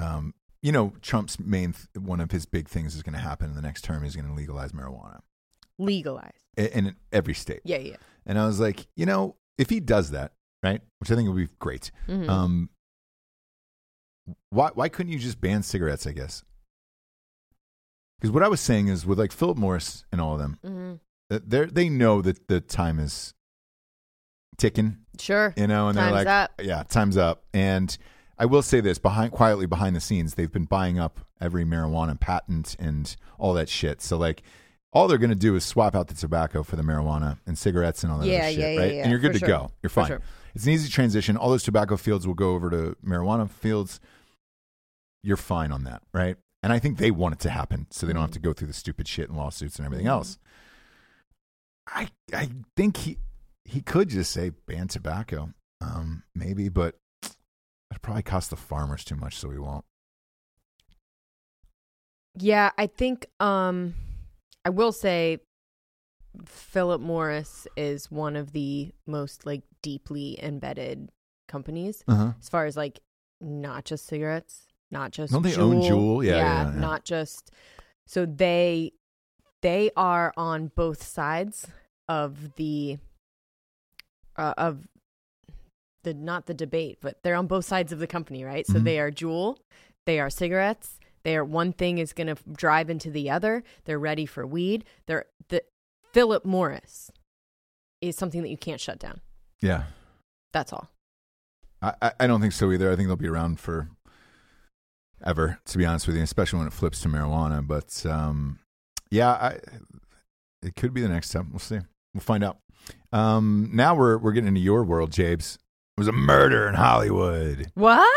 [SPEAKER 1] um, you know, Trump's main th- one of his big things is going to happen in the next term. He's going to legalize marijuana
[SPEAKER 2] Legalize.
[SPEAKER 1] in, in every state.
[SPEAKER 2] Yeah, yeah.
[SPEAKER 1] And I was like, you know, if he does that, right, which I think would be great.
[SPEAKER 2] Mhm.
[SPEAKER 1] Um, why why couldn't you just ban cigarettes? I guess because what I was saying is with like Philip Morris and all of them,
[SPEAKER 2] Mhm.
[SPEAKER 1] that they they know that the time is ticking,
[SPEAKER 2] Sure.
[SPEAKER 1] you know, and they're
[SPEAKER 2] Time's
[SPEAKER 1] like,
[SPEAKER 2] up.
[SPEAKER 1] yeah, time's up. And I will say this behind quietly behind the scenes, they've been buying up every marijuana patent and all that shit. So like. All they're going to do is swap out the tobacco for the marijuana and cigarettes and all that
[SPEAKER 2] Yeah,
[SPEAKER 1] other shit,
[SPEAKER 2] yeah, yeah,
[SPEAKER 1] right?
[SPEAKER 2] yeah,
[SPEAKER 1] and you're good to
[SPEAKER 2] for sure.
[SPEAKER 1] go. You're
[SPEAKER 2] For
[SPEAKER 1] fine.
[SPEAKER 2] sure.
[SPEAKER 1] It's an easy transition. All those tobacco fields will go over to marijuana fields. You're fine on that, right? And I think they want it to happen so they don't have to go through the stupid shit and lawsuits and everything else. I I think he he could just say ban tobacco, um, maybe, but it'd probably cost the farmers too much, so we won't.
[SPEAKER 2] Yeah, I think um I will say Philip Morris is one of the most like deeply embedded companies
[SPEAKER 1] Uh huh.
[SPEAKER 2] as far as like not just cigarettes, not just
[SPEAKER 1] Don't they own Juul? Yeah, yeah, yeah.
[SPEAKER 2] not just so they they are on both sides of the uh, of the not the debate, but they're on both sides of the company, right? So
[SPEAKER 1] Mhm.
[SPEAKER 2] they are Juul, they are cigarettes. They are one thing is going to drive into the other. They're ready for weed. They're the Philip Morris is something that you can't shut down.
[SPEAKER 1] Yeah.
[SPEAKER 2] That's all.
[SPEAKER 1] I, I- I don't think so either. I think they'll be around for ever, to be honest with you, especially when it flips to marijuana. But um, yeah, I, it could be the next step. We'll see. We'll find out. Um, now we're we're getting into your world, Jabes. It was a murder in Hollywood.
[SPEAKER 2] What?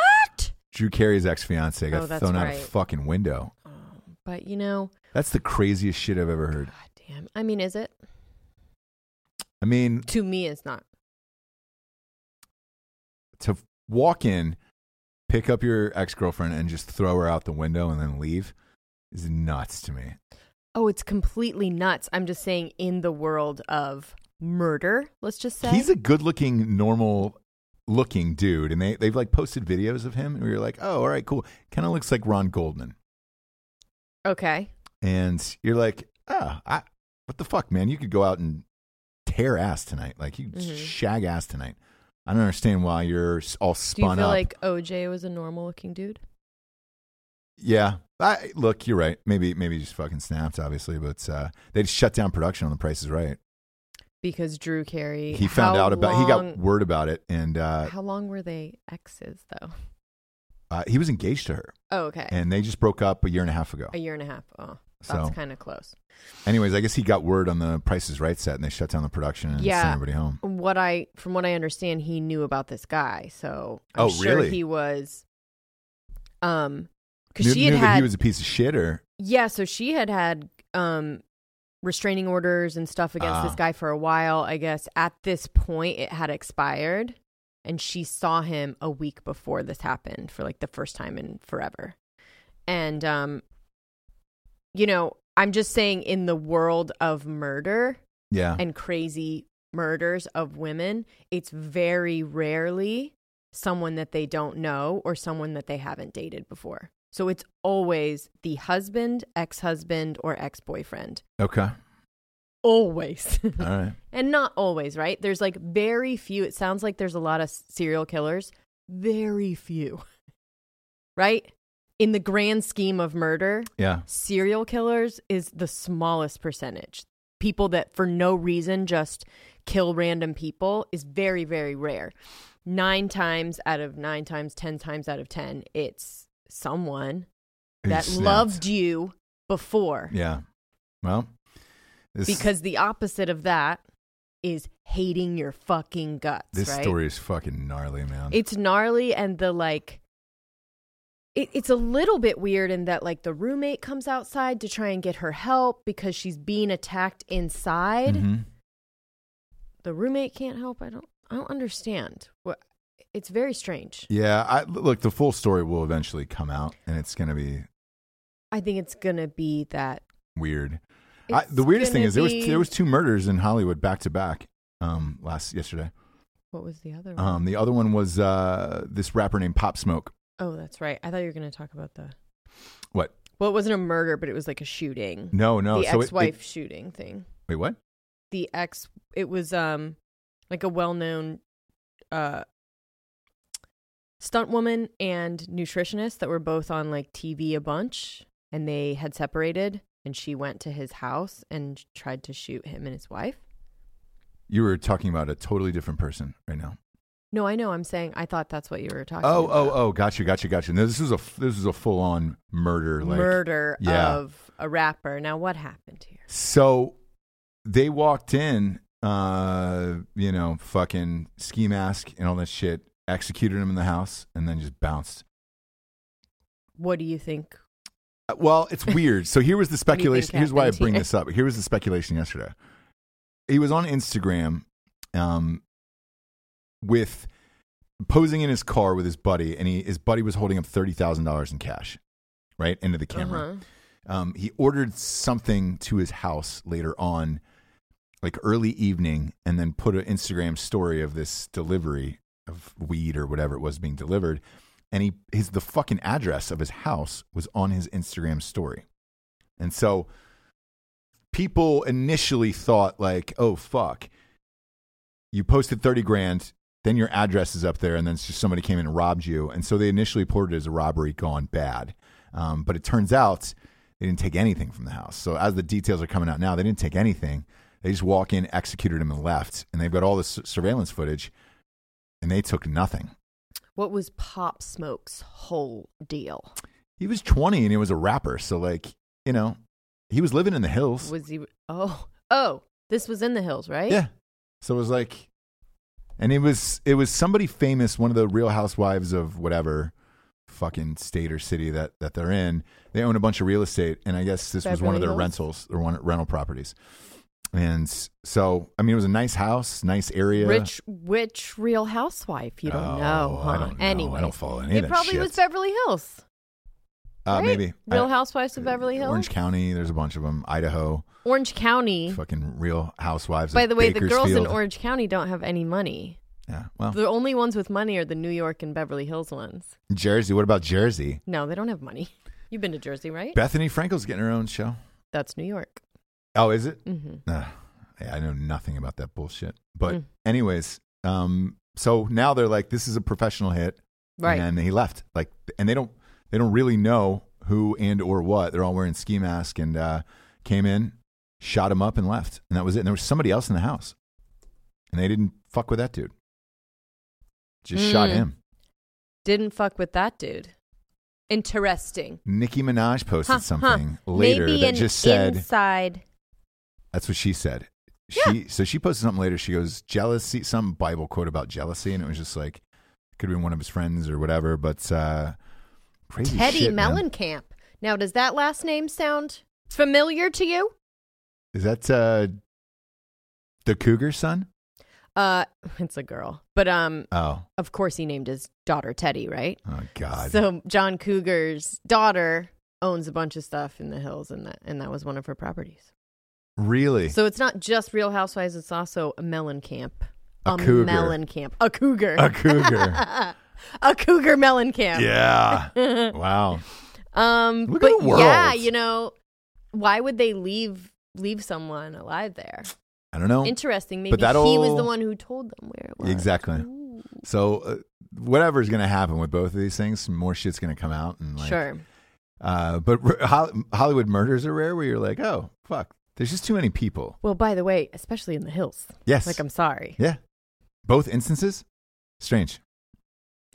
[SPEAKER 1] Drew Carey's ex fiance got
[SPEAKER 2] Oh, that's
[SPEAKER 1] thrown out a
[SPEAKER 2] right.
[SPEAKER 1] fucking window.
[SPEAKER 2] Um, But you know,
[SPEAKER 1] That's the craziest shit I've ever heard.
[SPEAKER 2] God damn. I mean, is it?
[SPEAKER 1] Mm. I mean,
[SPEAKER 2] To me, it's not.
[SPEAKER 1] to walk in, pick up your ex girlfriend, and just throw her out the window and then leave is nuts to me.
[SPEAKER 2] Oh, it's completely nuts. I'm just saying, in the world of murder, let's just say
[SPEAKER 1] He's a good looking, normal looking dude. And they, they've like posted videos of him. And we were like, oh, all right, cool. Kind of looks like Ron Goldman.
[SPEAKER 2] okay.
[SPEAKER 1] And you're like, ah, I, what the fuck, man? You could go out and tear ass tonight. Like, you could
[SPEAKER 2] Mhm.
[SPEAKER 1] shag ass tonight. I don't understand why you're s- all
[SPEAKER 2] Do you
[SPEAKER 1] spun
[SPEAKER 2] feel
[SPEAKER 1] up.
[SPEAKER 2] like OJ was a normal looking dude?
[SPEAKER 1] yeah. I, look, you're right. Maybe, maybe he just fucking snapped, obviously. But uh, they shut down production on The Price is Right.
[SPEAKER 2] Because Drew Carey,
[SPEAKER 1] He found
[SPEAKER 2] how
[SPEAKER 1] out about, he got
[SPEAKER 2] long-
[SPEAKER 1] word about it. And uh,
[SPEAKER 2] how long were they exes though?
[SPEAKER 1] uh, he was engaged to her.
[SPEAKER 2] Oh, okay,
[SPEAKER 1] And they just broke up a year and a half ago.
[SPEAKER 2] a year and a half. Oh, that's
[SPEAKER 1] So.
[SPEAKER 2] kind of close.
[SPEAKER 1] Anyways, I guess he got word on the Price is Right set, and they shut down the production and
[SPEAKER 2] Yeah.
[SPEAKER 1] sent everybody home.
[SPEAKER 2] What I, from what I understand, he knew about this guy, so I'm
[SPEAKER 1] Oh,
[SPEAKER 2] sure
[SPEAKER 1] really?
[SPEAKER 2] he was, um,
[SPEAKER 1] Knew-
[SPEAKER 2] because she
[SPEAKER 1] knew
[SPEAKER 2] had
[SPEAKER 1] that
[SPEAKER 2] had
[SPEAKER 1] he was a piece of shit, or
[SPEAKER 2] Yeah, so she had had um restraining orders and stuff against
[SPEAKER 1] Ah.
[SPEAKER 2] this guy for a while. I guess at this point it had expired and she saw him a week before this happened for like the first time in forever. And um you know, I'm just saying in the world of murder
[SPEAKER 1] Yeah.
[SPEAKER 2] and crazy murders of women, it's very rarely someone that they don't know or someone that they haven't dated before. So it's always the husband, ex-husband or ex-boyfriend.
[SPEAKER 1] Okay.
[SPEAKER 2] Always.
[SPEAKER 1] All right.
[SPEAKER 2] and not always, right? There's like very few. It sounds like there's a lot of serial killers, very few. Right? In the grand scheme of murder,
[SPEAKER 1] Yeah.
[SPEAKER 2] serial killers is the smallest percentage. People that for no reason just kill random people is very, very rare. Nine times out of nine times, 10 times out of 10, it's someone
[SPEAKER 1] Who
[SPEAKER 2] that
[SPEAKER 1] snapped.
[SPEAKER 2] loved you before.
[SPEAKER 1] Yeah. Well, this,
[SPEAKER 2] Because the opposite of that is hating your fucking guts.
[SPEAKER 1] this
[SPEAKER 2] right?
[SPEAKER 1] story is fucking gnarly, man.
[SPEAKER 2] It's gnarly and the like. It, it's a little bit weird in that like the roommate comes outside to try and get her help because she's being attacked inside.
[SPEAKER 1] Mhm.
[SPEAKER 2] The roommate can't help. I don't. I don't understand. What? It's very strange.
[SPEAKER 1] Yeah. I, look, the full story will eventually come out, and it's going to be
[SPEAKER 2] I think it's gonna be that.
[SPEAKER 1] weird. I,
[SPEAKER 2] it's
[SPEAKER 1] the weirdest thing
[SPEAKER 2] gonna
[SPEAKER 1] is there was
[SPEAKER 2] be-
[SPEAKER 1] there was two murders in Hollywood back to back um last yesterday.
[SPEAKER 2] What was the other one?
[SPEAKER 1] Um, the other one was uh this rapper named Pop Smoke.
[SPEAKER 2] oh, that's right. I thought you were gonna talk about the.
[SPEAKER 1] What?
[SPEAKER 2] Well, it wasn't a murder, but it was like a shooting.
[SPEAKER 1] No, no.
[SPEAKER 2] the
[SPEAKER 1] so it- it-
[SPEAKER 2] ex-wife shooting thing.
[SPEAKER 1] wait, what?
[SPEAKER 2] the ex it was um like a well-known uh stunt woman and nutritionist that were both on like TV a bunch and they had separated and she went to his house and tried to shoot him and his wife.
[SPEAKER 1] You were talking about a totally different person right now.
[SPEAKER 2] No, I know. I'm saying I thought that's what you were talking
[SPEAKER 1] Oh,
[SPEAKER 2] about.
[SPEAKER 1] oh, oh! Gotcha, gotcha, gotcha. No, this is a this is a full on murder. oh, Like,
[SPEAKER 2] Murder
[SPEAKER 1] yeah.
[SPEAKER 2] of a rapper. Now what happened here?
[SPEAKER 1] So they walked in, uh, you know, fucking ski mask and all that shit. Executed him in the house and then just bounced.
[SPEAKER 2] What do you think?
[SPEAKER 1] Uh, Well, it's weird. So here was the
[SPEAKER 2] What do you think
[SPEAKER 1] speculation. Here's why I
[SPEAKER 2] happened
[SPEAKER 1] bring
[SPEAKER 2] here?
[SPEAKER 1] this up. Here was the speculation yesterday. He was on Instagram um, with posing in his car with his buddy, and he, his buddy was holding up thirty thousand dollars in cash, right into the camera.
[SPEAKER 2] Uh-huh.
[SPEAKER 1] Um, he ordered something to his house later on, like early evening, and then put an Instagram story of this delivery of weed or whatever it was being delivered. And he his the fucking address of his house was on his Instagram story. And so people initially thought like, oh fuck. You posted thirty grand, then your address is up there, and then it's just somebody came in and robbed you. And so they initially reported it as a robbery gone bad. Um, but it turns out they didn't take anything from the house. So as the details are coming out now, they didn't take anything. They just walk in, executed him, and left. And they've got all this surveillance footage, and they took nothing.
[SPEAKER 2] What was Pop Smoke's whole deal?
[SPEAKER 1] He was 20 and he was a rapper. So, like, you know, he was living in the hills.
[SPEAKER 2] Was he Oh, oh, this was in the hills, right?
[SPEAKER 1] Yeah. So it was like, and it was it was somebody famous, one of the Real Housewives of whatever fucking state or city that that they're in. They own a bunch of real estate, and I guess this was one of
[SPEAKER 2] Beverly
[SPEAKER 1] their
[SPEAKER 2] Hills?
[SPEAKER 1] rentals or one rental properties. And so, I mean, it was a nice house, nice area.
[SPEAKER 2] Rich, which Real Housewife? You don't
[SPEAKER 1] Oh,
[SPEAKER 2] know, huh?
[SPEAKER 1] I don't know. I
[SPEAKER 2] Anyway,
[SPEAKER 1] don't follow any of
[SPEAKER 2] it
[SPEAKER 1] that
[SPEAKER 2] probably
[SPEAKER 1] shit.
[SPEAKER 2] was Beverly Hills.
[SPEAKER 1] uh,
[SPEAKER 2] right?
[SPEAKER 1] maybe
[SPEAKER 2] Real
[SPEAKER 1] I-
[SPEAKER 2] Housewives of Beverly Hills,
[SPEAKER 1] Orange County. There's a bunch of them. Idaho,
[SPEAKER 2] Orange County.
[SPEAKER 1] fucking Real Housewives.
[SPEAKER 2] By
[SPEAKER 1] of
[SPEAKER 2] the way, the girls in
[SPEAKER 1] Bakersfield. Oh.
[SPEAKER 2] Orange County don't have any money.
[SPEAKER 1] Yeah. Well,
[SPEAKER 2] The only ones with money are the New York and Beverly Hills ones.
[SPEAKER 1] Jersey. What about Jersey?
[SPEAKER 2] No, they don't have money. You've been to Jersey, right?
[SPEAKER 1] Bethany Frankel's getting her own show.
[SPEAKER 2] That's New York.
[SPEAKER 1] Oh, is it?
[SPEAKER 2] hmm
[SPEAKER 1] Uh, yeah, I know nothing about that bullshit. But
[SPEAKER 2] Mm.
[SPEAKER 1] anyways, um, so now they're like, this is a professional hit,
[SPEAKER 2] Right.
[SPEAKER 1] And he left, like, and they don't, they don't really know who and or what. They're all wearing ski masks and uh, came in, shot him up, and left, and that was it. And there was somebody else in the house, and they didn't fuck with that dude. Just shot
[SPEAKER 2] Mm.
[SPEAKER 1] him.
[SPEAKER 2] Didn't fuck with that dude. Interesting.
[SPEAKER 1] Nicki Minaj posted
[SPEAKER 2] Huh, huh.
[SPEAKER 1] something later
[SPEAKER 2] Maybe
[SPEAKER 1] that
[SPEAKER 2] an
[SPEAKER 1] just said,
[SPEAKER 2] inside.
[SPEAKER 1] That's what she said. She so she posted something later. She goes jealousy, some Bible quote about jealousy, and it was just like could have been one of his friends or whatever. But uh, crazy
[SPEAKER 2] Teddy
[SPEAKER 1] shit, man.
[SPEAKER 2] Mellencamp. Now, does that last name sound familiar to you?
[SPEAKER 1] Is that uh, the cougar's son?
[SPEAKER 2] Uh, it's a girl, but um,
[SPEAKER 1] Oh,
[SPEAKER 2] of course he named his daughter Teddy, right?
[SPEAKER 1] oh God.
[SPEAKER 2] So John Cougar's daughter owns a bunch of stuff in the hills, and that and that was one of her properties.
[SPEAKER 1] really?
[SPEAKER 2] So it's not just Real Housewives; it's also a melon camp,
[SPEAKER 1] A cougar.
[SPEAKER 2] melon camp, a cougar,
[SPEAKER 1] a cougar.
[SPEAKER 2] a cougar melon camp.
[SPEAKER 1] yeah. Wow.
[SPEAKER 2] Um,
[SPEAKER 1] Look at
[SPEAKER 2] but
[SPEAKER 1] the world.
[SPEAKER 2] yeah, you know, why would they leave leave someone alive there?
[SPEAKER 1] I don't know.
[SPEAKER 2] Interesting. Maybe
[SPEAKER 1] But that'll-
[SPEAKER 2] he was the one who told them where it was.
[SPEAKER 1] Exactly.
[SPEAKER 2] Ooh.
[SPEAKER 1] So uh, whatever's going to happen with both of these things, more shit's going to come out. And like,
[SPEAKER 2] sure.
[SPEAKER 1] Uh, but r- Hol- Hollywood murders are rare, where you're like, oh fuck, there's just too many people.
[SPEAKER 2] Well, by the way, especially in the hills.
[SPEAKER 1] Yes.
[SPEAKER 2] Like, I'm sorry.
[SPEAKER 1] yeah. Both instances, strange,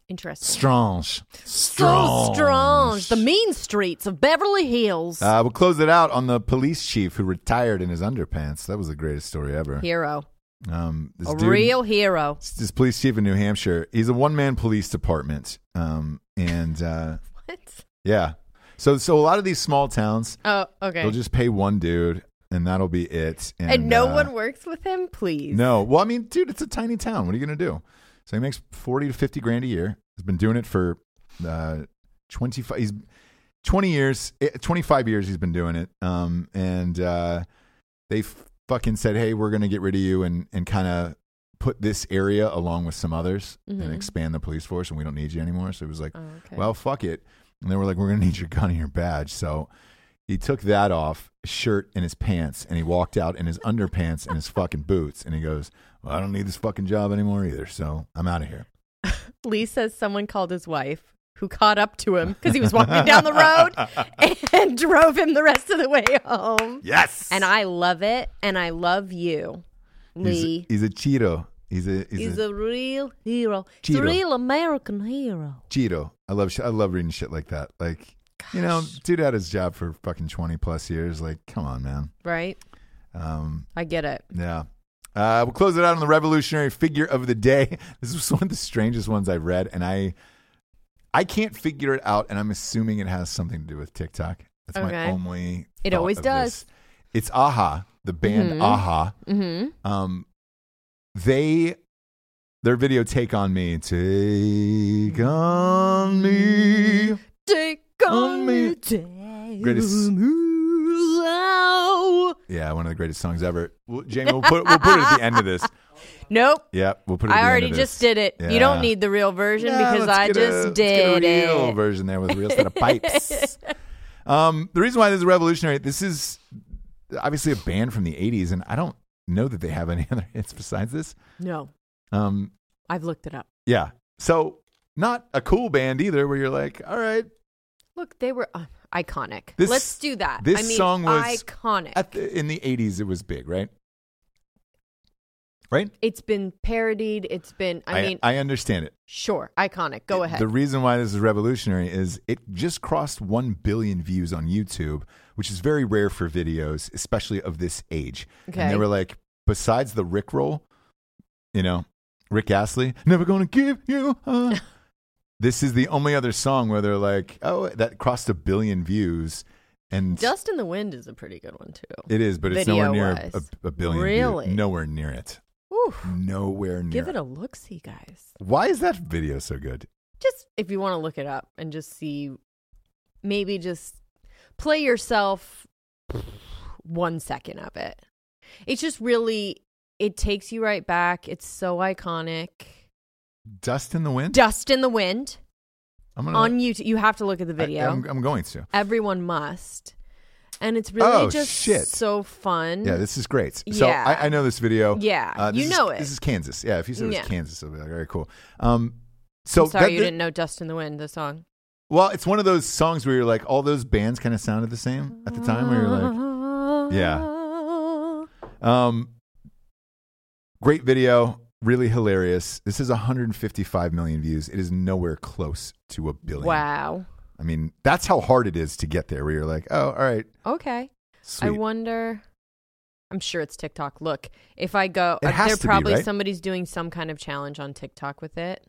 [SPEAKER 2] Interesting.
[SPEAKER 1] strange,
[SPEAKER 2] So strange. The mean streets of Beverly Hills.
[SPEAKER 1] Uh, we'll close it out on the police chief who retired in his underpants. That was the greatest story ever.
[SPEAKER 2] hero.
[SPEAKER 1] Um, this
[SPEAKER 2] A
[SPEAKER 1] dude-
[SPEAKER 2] real hero.
[SPEAKER 1] This this police chief in New Hampshire. He's a one man police department. Um, and uh,
[SPEAKER 2] What?
[SPEAKER 1] yeah. So so a lot of these small towns,
[SPEAKER 2] Oh, okay.
[SPEAKER 1] they'll just pay one dude and that'll be it. And,
[SPEAKER 2] and, no
[SPEAKER 1] uh,
[SPEAKER 2] one works with him, please.
[SPEAKER 1] No. Well, I mean, dude, it's a tiny town. What are you going to do? So he makes 40 to 50 grand a year. He's been doing it for uh, 25 he's 20 years, eh, 25 years he's been doing it. Um and uh they fucking said, "Hey, we're going to get rid of you and and kind of put this area along with some others and
[SPEAKER 2] Mhm.
[SPEAKER 1] expand the police force and we don't need you anymore." So it was like,
[SPEAKER 2] Oh, okay.
[SPEAKER 1] well, fuck it. And they were like, we're going to need your gun and your badge. So he took that off, his shirt and his pants, and he walked out in his underpants and his fucking boots. And he goes, well, I don't need this fucking job anymore either. So I'm out of here.
[SPEAKER 2] Lee says someone called his wife who caught up to him because he was walking down the road and drove him the rest of the way home.
[SPEAKER 1] Yes.
[SPEAKER 2] And I love it. And I love you,
[SPEAKER 1] he's,
[SPEAKER 2] Lee.
[SPEAKER 1] he's a Cheeto. He's a, he's,
[SPEAKER 2] He's
[SPEAKER 1] a,
[SPEAKER 2] a real hero. He's a
[SPEAKER 1] Cheeto.
[SPEAKER 2] real American hero.
[SPEAKER 1] Cheeto. I love, sh- I love reading shit like that. Like, you know, dude had his job for fucking 20 plus years. Like, come on, man.
[SPEAKER 2] Right?
[SPEAKER 1] Um,
[SPEAKER 2] I get it.
[SPEAKER 1] Yeah. Uh, we'll close it out on the revolutionary figure of the day. This was one of the strangest ones I've read, and I I can't figure it out, and I'm assuming it has something to do with TikTok. That's my
[SPEAKER 2] Okay.
[SPEAKER 1] only.
[SPEAKER 2] It
[SPEAKER 1] thought
[SPEAKER 2] always
[SPEAKER 1] of
[SPEAKER 2] does.
[SPEAKER 1] this. It's Aha, the band
[SPEAKER 2] Mhm.
[SPEAKER 1] Aha.
[SPEAKER 2] Mm-hmm.
[SPEAKER 1] Um, they their video "Take on Me," take on me.
[SPEAKER 2] Take
[SPEAKER 1] On
[SPEAKER 2] on
[SPEAKER 1] me.
[SPEAKER 2] me. Take
[SPEAKER 1] Greatest-
[SPEAKER 2] on me now.
[SPEAKER 1] Yeah, one of the greatest songs ever. Well, Jamie, we'll put we'll put it at the end of this.
[SPEAKER 2] Nope.
[SPEAKER 1] Yeah, we'll put it. At the
[SPEAKER 2] I
[SPEAKER 1] end
[SPEAKER 2] already
[SPEAKER 1] of
[SPEAKER 2] just
[SPEAKER 1] this.
[SPEAKER 2] did it.
[SPEAKER 1] Yeah.
[SPEAKER 2] You don't need the real version
[SPEAKER 1] Yeah,
[SPEAKER 2] because
[SPEAKER 1] let's
[SPEAKER 2] I
[SPEAKER 1] get a-
[SPEAKER 2] just
[SPEAKER 1] let's get a
[SPEAKER 2] did
[SPEAKER 1] real
[SPEAKER 2] it.
[SPEAKER 1] version there with a real set of pipes. Um, the reason why this is revolutionary, this is obviously a band from the '80s, and I don't know that they have any other hits besides this.
[SPEAKER 2] No,
[SPEAKER 1] Um,
[SPEAKER 2] I've looked it up.
[SPEAKER 1] yeah, so not a cool band either, where you're like, all right,
[SPEAKER 2] Look, they were uh, iconic.
[SPEAKER 1] This-
[SPEAKER 2] Let's do that.
[SPEAKER 1] this
[SPEAKER 2] I mean,
[SPEAKER 1] song was-
[SPEAKER 2] iconic.
[SPEAKER 1] at the, in the '80s it was big, right? Right.
[SPEAKER 2] it's been parodied. It's been. I, mean,
[SPEAKER 1] I understand it.
[SPEAKER 2] sure, iconic. Go ahead.
[SPEAKER 1] The reason why this is revolutionary is it just crossed 1 billion views on YouTube, which is very rare for videos, especially of this age. And they
[SPEAKER 2] Okay.
[SPEAKER 1] were like, besides the Rick roll, you know, Rick Astley, never gonna give you up. this is the only other song where they're like, oh, that crossed a billion views. And
[SPEAKER 2] Dust in the Wind is a pretty good one too.
[SPEAKER 1] it is, but it's nowhere near a,
[SPEAKER 2] Video-wise.
[SPEAKER 1] a- a billion. view-
[SPEAKER 2] Really?
[SPEAKER 1] Nowhere near it.
[SPEAKER 2] Ooh,
[SPEAKER 1] Nowhere near
[SPEAKER 2] give it a look, see guys.
[SPEAKER 1] Why is that video so good?
[SPEAKER 2] Just if you want to look it up and just see, maybe just play yourself one second of it. It's just really. It takes you right back. It's so iconic.
[SPEAKER 1] Dust in the Wind?
[SPEAKER 2] Dust in the Wind
[SPEAKER 1] I'm gonna,
[SPEAKER 2] on YouTube. You have to look at the
[SPEAKER 1] I-
[SPEAKER 2] video.
[SPEAKER 1] I'm, I'm going to.
[SPEAKER 2] everyone must and it's really
[SPEAKER 1] Oh,
[SPEAKER 2] just
[SPEAKER 1] shit.
[SPEAKER 2] so fun
[SPEAKER 1] Yeah, this is great. So
[SPEAKER 2] Mm. Yeah.
[SPEAKER 1] I, I know this video. Uh,
[SPEAKER 2] Yeah,
[SPEAKER 1] this
[SPEAKER 2] you
[SPEAKER 1] is-
[SPEAKER 2] know it.
[SPEAKER 1] This is Kansas. Yeah, if you said it
[SPEAKER 2] Yeah.
[SPEAKER 1] was Kansas, I'll be like, all right, cool. Um, so
[SPEAKER 2] I'm sorry
[SPEAKER 1] that-
[SPEAKER 2] you
[SPEAKER 1] that-
[SPEAKER 2] didn't know dust in the wind the song
[SPEAKER 1] Well, it's one of those songs where you're like, all those bands kind of sounded the same at the time. Where you're
[SPEAKER 2] yeah
[SPEAKER 1] like, um, great video, really hilarious. This is 155 million views. It is nowhere close to a billion.
[SPEAKER 2] wow
[SPEAKER 1] I mean, that's how hard it is to get there. Where you're like, oh, all right,
[SPEAKER 2] okay
[SPEAKER 1] sweet.
[SPEAKER 2] i wonder i'm sure it's tiktok look if i go uh,
[SPEAKER 1] It has
[SPEAKER 2] there
[SPEAKER 1] to be,
[SPEAKER 2] probably
[SPEAKER 1] right?
[SPEAKER 2] somebody's doing some kind of challenge on tiktok with it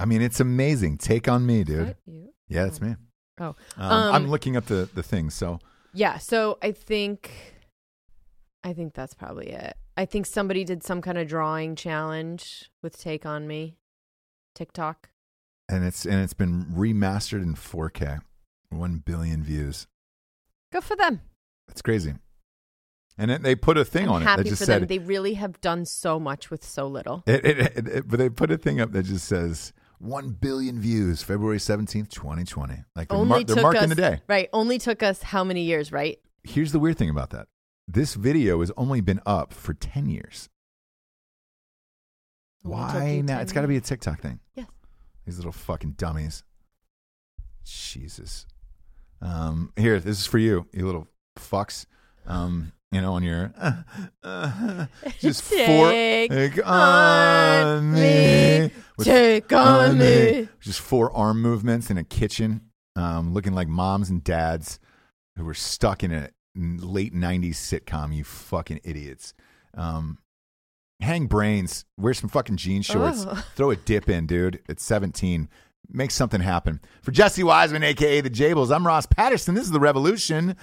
[SPEAKER 1] I mean, it's amazing. Take on me,
[SPEAKER 2] Is
[SPEAKER 1] dude.
[SPEAKER 2] that you?
[SPEAKER 1] Yeah, it's me.
[SPEAKER 2] oh
[SPEAKER 1] Um,
[SPEAKER 2] Um,
[SPEAKER 1] I'm looking up the the thing. So
[SPEAKER 2] yeah so i think I think that's probably it. I think somebody did some kind of drawing challenge with Take on Me, TikTok.
[SPEAKER 1] and it's and it's been remastered in 4K, one billion views.
[SPEAKER 2] Good for them.
[SPEAKER 1] That's crazy. And it, they put a thing
[SPEAKER 2] I'm
[SPEAKER 1] on it
[SPEAKER 2] happy
[SPEAKER 1] that just
[SPEAKER 2] for
[SPEAKER 1] said
[SPEAKER 2] them. They really have done so much with so little.
[SPEAKER 1] It, it, it, it- but they put a thing up that just says one billion views, February seventeenth, twenty twenty. Like they're, mar- they're marking
[SPEAKER 2] us
[SPEAKER 1] the day.
[SPEAKER 2] right. Only took us how many years? Right.
[SPEAKER 1] Here's the weird thing about that: this video has only been up for ten years.
[SPEAKER 2] Only took
[SPEAKER 1] Why
[SPEAKER 2] you
[SPEAKER 1] now?
[SPEAKER 2] 10
[SPEAKER 1] It's got to be a TikTok thing.
[SPEAKER 2] Yes.
[SPEAKER 1] These little fucking dummies. Jesus. Um, here, this is for you, you little fucks. Um, you know, on your just four
[SPEAKER 2] Take on me.
[SPEAKER 1] with-
[SPEAKER 2] Take on me.
[SPEAKER 1] Just four arm movements in a kitchen, um, looking like moms and dads who were stuck in a late '90s sitcom. You fucking idiots. Um, hang brains. Wear some fucking jean shorts.
[SPEAKER 2] Oh.
[SPEAKER 1] Throw a dip in, dude. At 17, make something happen. For Jesse Wiseman, aka the Jables, I'm Ross Patterson. This is the Revolution.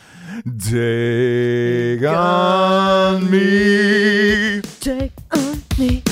[SPEAKER 1] Take on me.
[SPEAKER 2] Take on me.